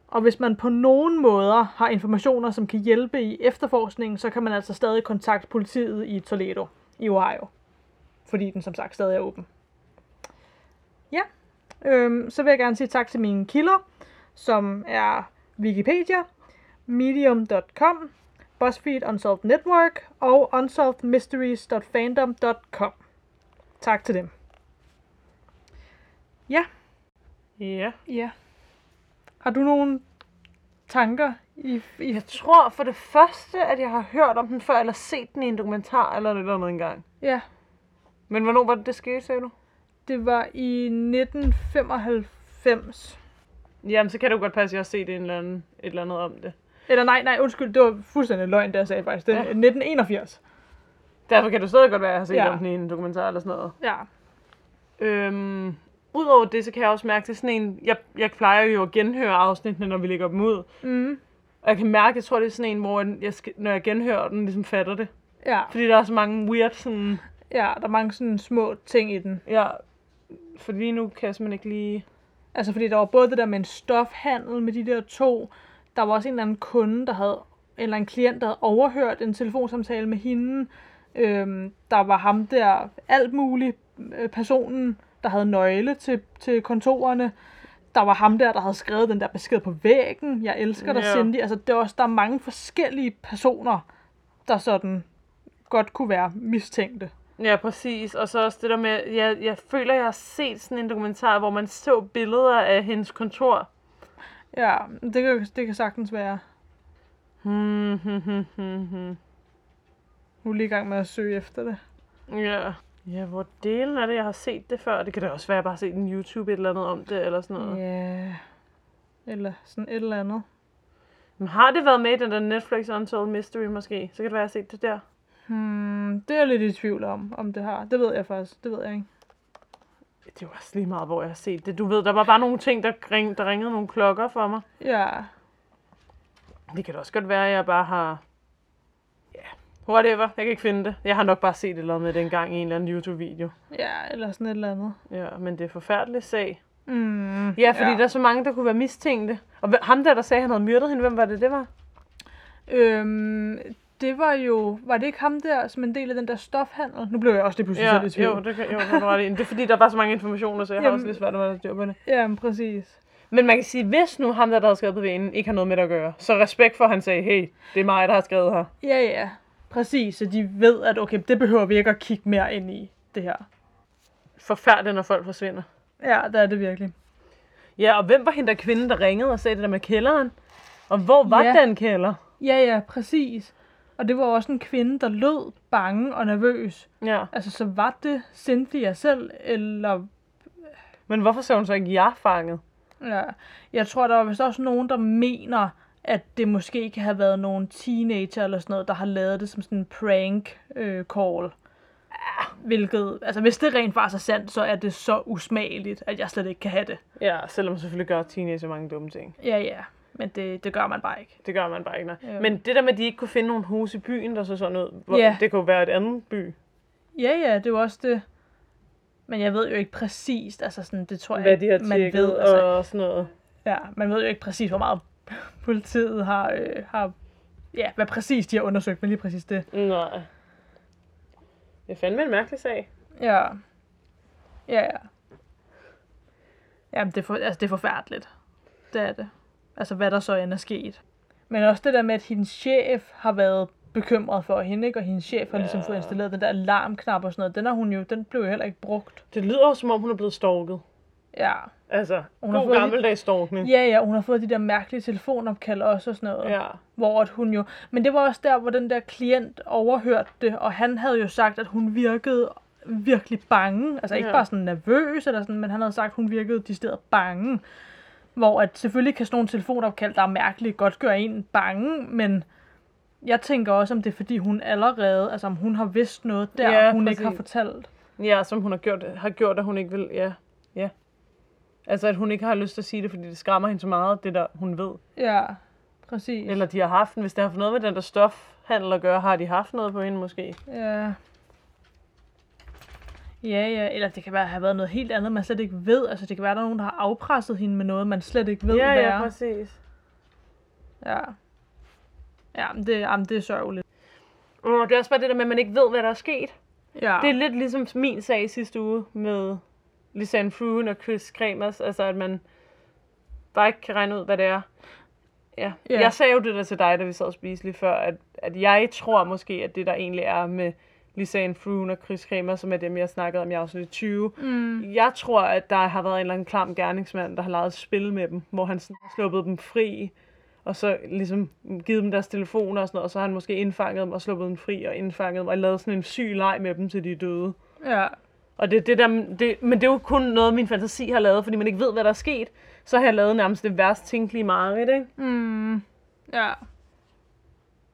B: Og hvis man på nogen måder har informationer, som kan hjælpe i efterforskningen, så kan man altså stadig kontakte politiet i Toledo i Ohio. Fordi den som sagt stadig er åben. Ja, øhm, så vil jeg gerne sige tak til mine kilder, som er Wikipedia, medium.com, BuzzFeed Unsolved Network og unsolvedmysteries.fandom.com. Tak til dem. Ja,
A: Ja.
B: ja. Har du nogle tanker i, i
A: Jeg tror for det første, at jeg har hørt om den før, eller set den i en dokumentar eller noget eller andet engang.
B: ja,
A: Men hvornår var det, det skete, sagde du?
B: det var i 1995.
A: Jamen, så kan det jo godt passe, at jeg har set en eller anden, et eller andet om det.
B: Eller nej, nej, undskyld, det var fuldstændig løgn, det jeg sagde faktisk. Det er
A: Ja.
B: 1981.
A: Derfor kan det stadig godt være, at jeg har set
B: Ja.
A: ja. om den i en dokumentar eller sådan noget.
B: Ja,
A: Øhm, Udover det, så kan jeg også mærke, det er sådan en... Jeg, jeg plejer jo at genhøre afsnittene, når vi lægger dem ud.
B: mm,
A: Og jeg kan mærke, jeg tror, det er sådan en, hvor jeg, skal, når jeg genhører den, ligesom fatter det.
B: ja,
A: Fordi der er så mange weird sådan...
B: ja, der er mange sådan små ting i den.
A: Ja, for lige nu kan jeg simpelthen ikke lige...
B: Altså, fordi der var både det der med en stofhandel med de der to. Der var også en eller anden kunde, der havde, eller en klient, der havde overhørt en telefonsamtale med hende. Øhm, der var ham der, alt muligt, øh, personen, der havde nøgle til, til kontorerne. Der var ham der, der havde skrevet den der besked på væggen. Jeg elsker dig,
A: Ja.
B: Cindy. Altså, det var også, der er mange forskellige personer, der sådan godt kunne være mistænkte.
A: Ja, præcis. Og så også det der med, jeg, jeg føler, jeg har set sådan en dokumentar, hvor man så billeder af hendes kontor.
B: Ja, det kan, det kan sagtens være.
A: Hmm, hmm, hmm, hmm, hmm.
B: Nu er lige i gang med at søge efter det.
A: Ja. Ja, hvor delen er det, jeg har set det før? Det kan da også være, jeg bare har set en YouTube et eller andet om det, eller sådan noget.
B: Ja. Eller sådan et eller andet.
A: Men har det været med i den der Netflix Unsolved Mystery måske? Så kan det være, jeg har set det der.
B: Hmm, det er jeg lidt i tvivl om, om det har. Det ved jeg faktisk. Det ved jeg ikke.
A: Det var også lige meget, hvor jeg har set det. Du ved, der var bare nogle ting, der, ring, der ringede nogle klokker for mig.
B: Ja.
A: Det kan da også godt være, at jeg bare har... Ja, yeah. whatever. Jeg kan ikke finde det. Jeg har nok bare set et eller andet med det engang i en eller anden YouTube-video.
B: Ja, eller sådan et eller andet.
A: Ja, men det er en forfærdelig sag.
B: Mm,
A: Ja, fordi ja. der er så mange, der kunne være mistænkte. Og hvem- ham der, der sagde, at han havde myrdet hende, hvem var det, det var?
B: Øhm, det var jo... Var det ikke ham der, som en del af den der stofhandel? Nu blev jeg også lige pludselig selv i tvivl.
A: jo, det kan, jo, det var det. Det er fordi, der er bare så mange informationer, så jeg har
B: Jamen.
A: også lidt svært at være på det.
B: Jamen, præcis.
A: Men man kan sige, hvis nu ham der, der har skrevet på vægen, ikke har noget med det at gøre, så respekt for, at han sagde, hey, det er mig, der har skrevet her.
B: Ja, ja. Præcis, så de ved, at okay, det behøver vi ikke at kigge mere ind i, det her.
A: Forfærdeligt, når folk forsvinder.
B: Ja, der er det virkelig.
A: Ja, og hvem var hende der kvinde, der ringede og sagde det der med kælderen? Og hvor var
B: Ja.
A: ja. den kælder?
B: Ja, ja, præcis. Og det var også en kvinde, der lød bange og nervøs.
A: Ja.
B: Altså, så var det Cynthia selv, eller...
A: Men hvorfor så hun så ikke, jeg fanget?
B: Ja, jeg tror, der var vist også nogen, der mener, at det måske kan have været nogle teenager eller sådan noget, der har lavet det som sådan en prank øh, call. Hvilket, altså hvis det rent var så sandt, så er det så usmageligt, at jeg slet ikke kan have det.
A: Ja, selvom selvfølgelig gør teenager mange dumme ting.
B: Ja, ja, men det, det gør man bare ikke.
A: Det gør man bare ikke. Nej.
B: Jo.
A: Men det der med, at de ikke kunne finde nogen hus i byen, der så sådan ud, hvor
B: Ja.
A: det kunne være et andet by.
B: Ja, ja, det er jo også det. Men jeg ved jo ikke præcist, altså sådan, det tror jeg
A: Hvad de har
B: ikke, man
A: tjekket
B: ved.
A: og
B: Altså,
A: sådan noget.
B: Ja, man ved jo ikke præcis, hvor meget politiet har, øh, har ja, hvad præcis de har undersøgt, men lige præcis det.
A: Nej. Det er fandme en mærkelig sag.
B: Ja. Ja, ja. Jamen, det er, for, altså, det er forfærdeligt. Det er det. Altså, hvad der så end er sket. Men også det der med, at hendes chef har været bekymret for hende, ikke? Og hendes chef har ligesom
A: Ja.
B: fået installeret den der alarmknap og sådan noget. Den, har hun jo, den blev jo heller ikke brugt.
A: Det lyder jo, som om hun er blevet stalket.
B: Ja.
A: Altså,
B: Hun har
A: god
B: fået-
A: gammeldags stalkning.
B: ja, ja, hun har fået de der mærkelige telefonopkald også og sådan noget.
A: Ja.
B: Hvor at hun jo... Men det var også der, hvor den der klient overhørte det, og han havde jo sagt, at hun virkede virkelig bange. Altså ikke
A: Ja.
B: bare sådan nervøs eller sådan, men han havde sagt, at hun virkede de steder bange. Hvor at selvfølgelig kan sådan nogle telefonopkald, der er mærkelige, godt gøre en bange, men jeg tænker også, om det er fordi hun allerede, altså om hun har vidst noget der,
A: Ja,
B: hun ikke har
A: præcis.
B: fortalt.
A: ja, som hun har gjort, har gjort, at hun ikke vil... Ja. ja. Altså, at hun ikke har lyst til at sige det, fordi det skræmmer hende så meget, det der hun ved.
B: Ja, præcis.
A: Eller de har haft den. Hvis det har haft noget med den der stofhandel at gøre, har de haft noget på hende måske?
B: Ja. Ja, ja. Eller det kan være, have været noget helt andet, man slet ikke ved. Altså, det kan være, der er nogen, der har afpresset hende med noget, man slet ikke ved,
A: ja,
B: hvad
A: ja,
B: er.
A: præcis.
B: Ja, ja. men det, jamen, det er sørgeligt.
A: Og det er også bare det der med, at man ikke ved, hvad der er sket.
B: Ja.
A: Det er lidt ligesom min sag i sidste uge med Lisanne Fruen og Chris Kremers, altså at man bare ikke kan regne ud, hvad det er. Ja.
B: Ja.
A: Yeah. Jeg sagde jo det der til dig, da vi sad og spiste lige før, at, at jeg tror måske, at det der egentlig er med Lisanne Fruen og Chris Kremer, som er dem, jeg snakkede om i afsnit 20.
B: mm.
A: Jeg tror, at der har været en eller anden klam gerningsmand, der har lavet et spil med dem, hvor han sådan har sluppet dem fri, og så ligesom givet dem deres telefoner og sådan noget, og så har han måske indfanget dem og sluppet dem fri og indfanget dem, og lavet sådan en syg leg med dem, til de er døde.
B: ja.
A: Og det, er det der, det, men det er jo kun noget, min fantasi har lavet, fordi man ikke ved, hvad der er sket. Så har jeg lavet nærmest det værst tænkelige mareridt, ikke?
B: Mm. Ja.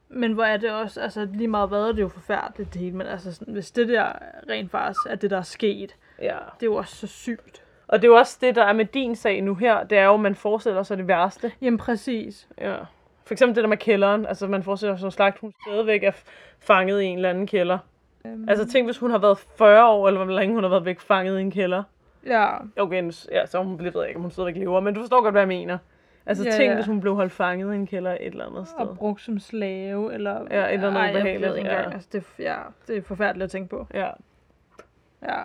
B: Men hvor er det også, altså lige meget hvad, det er jo forfærdeligt det hele, men altså sådan, hvis det der rent faktisk er det, der er sket,
A: Ja.
B: det er jo også så sygt.
A: Og det er jo også det, der er med din sag nu her, det er jo, at man forestiller sig det værste.
B: Jamen præcis.
A: Ja. For eksempel det der med kælderen, altså man forestiller sig, at slagt, hun stadigvæk er f- fanget i en eller anden kælder.
B: Øhm,
A: Altså tænk, hvis hun har været 40 år, eller hvor længe hun har været væk fanget i en kælder.
B: ja.
A: Okay, nu, s- ja, så er hun blevet, ved jeg ikke, om hun stadigvæk lever, men du forstår godt, hvad jeg mener. Altså
B: Ja,
A: ja, tænk,
B: ja.
A: hvis hun blev holdt fanget i en kælder et eller andet sted.
B: Og brugt som slave, eller...
A: Ja, et eller andet
B: Ej, jeg ved
A: ubehageligt,
B: ikke
A: ja.
B: engang. Altså, det, er- ja, det er forfærdeligt at tænke på.
A: Ja.
B: Ja.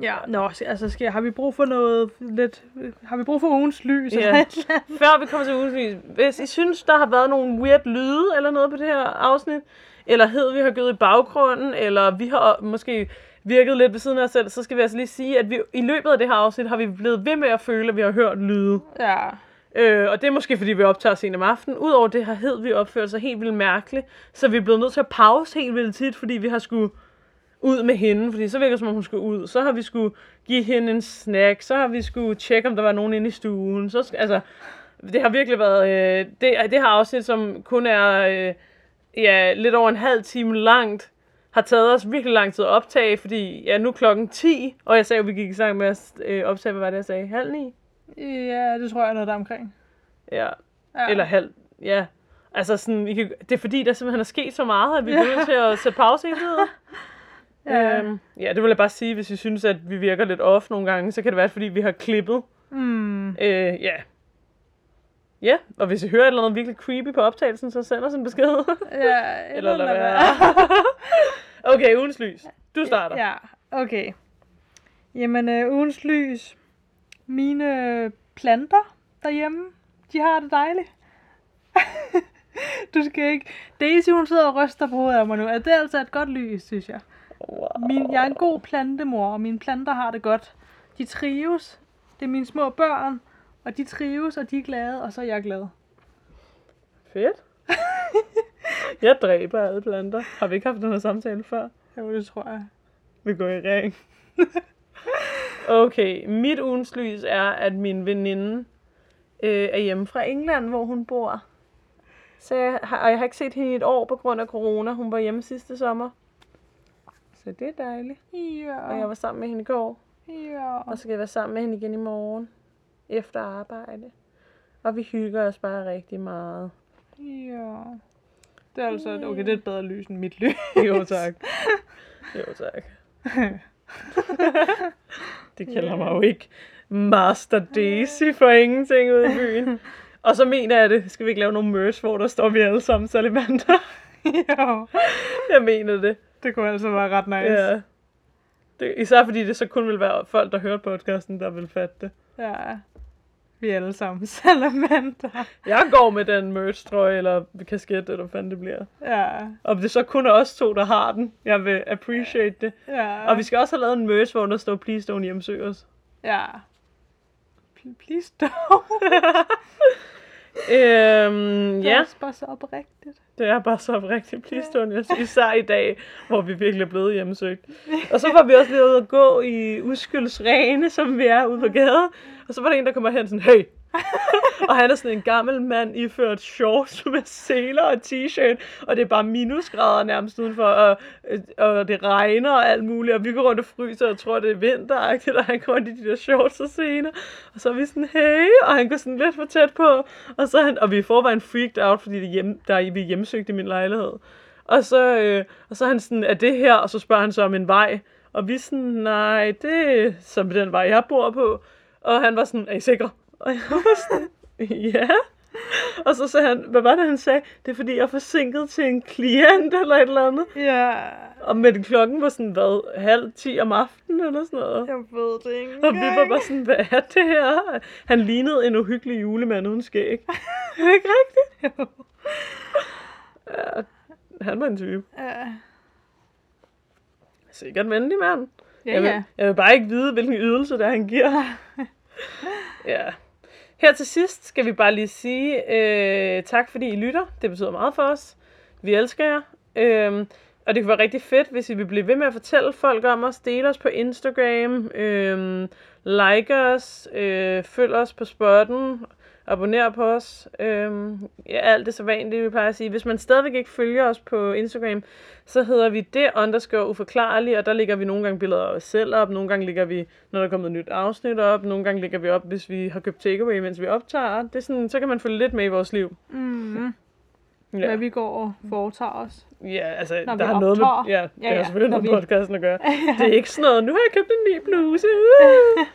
B: Ja, nå, s- altså skal, har vi brug for noget lidt... øh, Har vi brug for ugens lys?
A: Ja.
B: eller et eller andet?
A: Før vi kommer til ugenvis, hvis I synes, der har været nogle weird lyde eller noget på det her afsnit, eller hed vi har gødet i baggrunden, eller vi har måske virket lidt ved siden af os selv, så skal vi altså lige sige, at vi i løbet af det her afsnit har vi blevet ved med at føle, at vi har hørt lyde.
B: ja.
A: Øh, og det er måske, fordi vi optager sent om aftenen. Udover det har hed vi opført sig helt vildt mærkeligt, så vi er blevet nødt til at pause helt vildt tit, fordi vi har skulle ud med hende, fordi så virker det, som om hun skulle ud. Så har vi skulle give hende en snack, så har vi skulle tjekke, om der var nogen inde i stuen. Så, sk- altså, det har virkelig været, øh, det, det her afsnit, som kun er øh, ja, lidt over en halv time langt, har taget os virkelig lang tid at optage, fordi ja, nu er klokken 10, og jeg sagde, at vi gik i gang med at øh, optage, hvad var det, jeg sagde? Halv ni?
B: Ja, det tror jeg er noget der er omkring.
A: Ja,
B: Ja.
A: eller halv, ja. Altså sådan, I kan, det er fordi, der simpelthen er sket så meget, at vi er nødt til at sætte pause hele tiden.
B: Ja.
A: Øhm, ja, det vil jeg bare sige, hvis I synes, at vi virker lidt off nogle gange, så kan det være, fordi vi har klippet.
B: Mm.
A: Øh, ja. Ja, og hvis I hører et eller andet virkelig creepy på optagelsen, så send os en besked.
B: Ja,
A: eller lad
B: lad
A: være. okay, ugens lys. Du starter.
B: Ja, okay. Jamen, øh, ugens lys. Mine øh, planter derhjemme, de har det dejligt. du skal ikke... Daisy, hun sidder og ryster på hovedet af mig nu. Er det er altså et godt lys, synes jeg.
A: Wow.
B: Min, jeg er en god plantemor, og mine planter har det godt. De trives. Det er mine små børn, og de trives, og de er glade, og så er jeg glad.
A: Fedt. Jeg dræber alle planter. Har vi ikke haft den her samtale før?
B: Jo, det tror jeg.
A: Vi går i ring. okay, mit ugens lys er, at min veninde øh, er hjemme fra England, hvor hun bor. Så jeg har, og jeg har ikke set hende i et år på grund af corona. Hun var hjemme sidste sommer. Så det er dejligt. Og jeg
B: Ja,
A: var sammen med hende i går.
B: ja.
A: Og så skal jeg være sammen med hende igen i morgen. Efter arbejde. Og vi hygger os bare rigtig meget.
B: Ja. Det er altså, okay, det er et bedre lys end mit lys.
A: Jo tak. Jo tak. Det kalder mig jo ikke Master Daisy for ingenting ude i byen. Og så mener jeg det. Skal vi ikke lave nogle merch, hvor der står vi alle sammen salamander?
B: jo,
A: Jeg mener det.
B: det kunne altså være ret nice.
A: Ja. Det, især fordi det så kun vil være folk, der hører podcasten, der vil fatte det.
B: ja. Vi er alle sammen salamander.
A: Jeg går med den merch trøje eller kasket, eller hvad fanden det bliver.
B: Ja,
A: Om det så kun er os to, der har den. Jeg vil appreciate det.
B: ja.
A: Og vi skal også have lavet en merch, hvor der står, please don't hjemsøg os.
B: Ja. Pl- Please don't.
A: Øhm,
B: Det er
A: ja,
B: også bare så oprigtigt.
A: det er bare så oprigtigt, please don't hjemsøg os. Især i dag, hvor vi virkelig er blevet hjemsøgt. Og så var vi også lige ude at gå i uskyldsrene, som vi er ude på gaden. Og så var der en, der kommer hen sådan, hey, og han er sådan en gammel mand iført shorts med seler og t-shirt, og det er bare minusgrader nærmest udenfor, og, øh, og det regner og alt muligt, og vi går rundt og fryser og tror, det er vinteragtigt, og han går rundt i de der shorts og seler, og så er vi sådan, hey, og han går sådan lidt for tæt på, og, så er han, og vi er i forvejen freaked out, fordi det er hjem, der er, vi er hjemsøgt i min lejlighed. Og så, øh, og så er han sådan, er det her? Og så spørger han så om en vej. Og vi er sådan, nej, det er som den vej, jeg bor på. Og han var sådan, er I sikre? Og jeg var sådan, ja. Og så sagde han, hvad var det, han sagde? Det er fordi, jeg er forsinket til en klient eller et eller andet.
B: Ja,
A: Og men klokken var sådan, hvad, halv ti om aftenen eller sådan noget.
B: jeg ved det ikke
A: Og vi var bare sådan, hvad er det her? Han lignede en uhyggelig julemand uden skæg. Er det ikke rigtigt? Ja, han var en type.
B: Ja,
A: Sikkert venlig mand.
B: ja.
A: Jeg vil,
B: ja.
A: jeg vil bare ikke vide, hvilken ydelse der han giver. ja. Her til sidst skal vi bare lige sige øh, tak, fordi I lytter. Det betyder meget for os. Vi elsker jer. Øhm, og det kunne være rigtig fedt, hvis I vil blive ved med at fortælle folk om os. Dele os på Instagram. Øhm, like os. Øh, følg os på spotten. Abonner på os. Øhm, ja, alt det så vanlige, vi plejer at sige. Hvis man stadigvæk ikke følger os på Instagram, så hedder vi det underscore uforklarlig, og der ligger vi nogle gange billeder af os selv op, nogle gange ligger vi, når der er kommet et nyt afsnit op, nogle gange ligger vi op, hvis vi har købt takeaway, mens vi optager. Det er sådan, så kan man følge lidt med i vores liv.
B: Mm.
A: Ja,
B: Hvad vi går og foretager os.
A: ja altså,
B: Når
A: der
B: vi
A: har noget med,
B: optager.
A: ja, det
B: Ja,
A: har
B: ja,
A: selvfølgelig
B: når
A: noget
B: vi-
A: med podcasten at gøre. Det er ikke sådan noget, nu har jeg købt en ny bluse. Uh!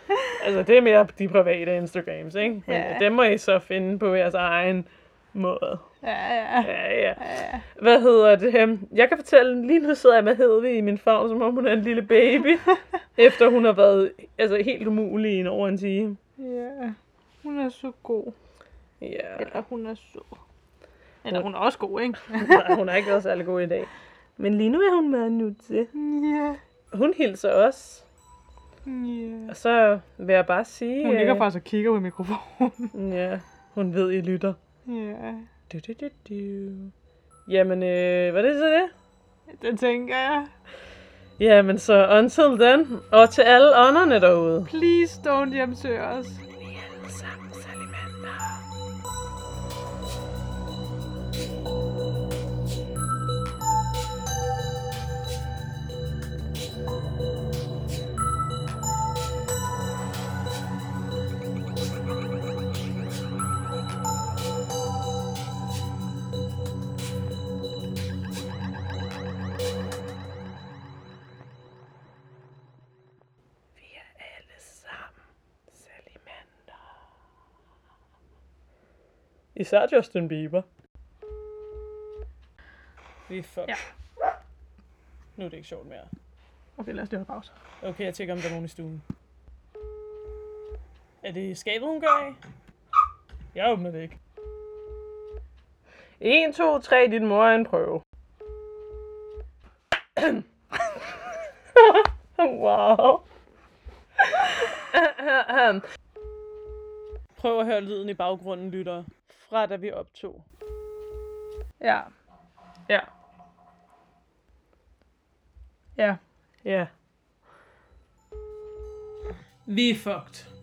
A: altså, det er mere de private Instagrams, ikke? Men
B: Ja.
A: ja. dem må I så finde på jeres egen måde.
B: Ja, ja.
A: Ja, ja.
B: ja.
A: Hvad hedder det? Øhm, Jeg kan fortælle, lige nu sidder jeg med Hedvig i min favn, som om hun er en lille baby. efter hun har været altså, helt umulig i en over en time.
B: ja. Hun er så god.
A: Ja,
B: Eller hun er så. Eller hun er også god, ikke?
A: nej, hun har ikke været særlig god i dag. Men lige nu er hun meget nu til.
B: Ja.
A: Hun hilser os.
B: ja.
A: Og så vil jeg bare sige...
B: Hun ligger
A: øh,
B: faktisk og kigger på mikrofonen.
A: Ja, hun ved, I lytter.
B: ja.
A: Du, du, du, du. Jamen, øh, var det så det?
B: Det tænker jeg.
A: Jamen så, until then. Og til alle ånderne derude.
B: Please don't hjemsøge os.
A: Sammen, salamander. Vi er alle sammen salamander. Især Justin Bieber. Vi er fuck.
B: Ja.
A: Nu er det ikke sjovt mere.
B: Okay, lad os lige holde pause.
A: Okay, jeg tjekker, om der er nogen i stuen. Er det skabet, hun gør af? Jeg åbner det ikke. 1, 2, 3, din mor er en prøve. wow. Prøv at høre lyden i baggrunden, lytter. Fra da vi optog.
B: Ja.
A: Ja.
B: Ja.
A: Ja. Vi er fucked.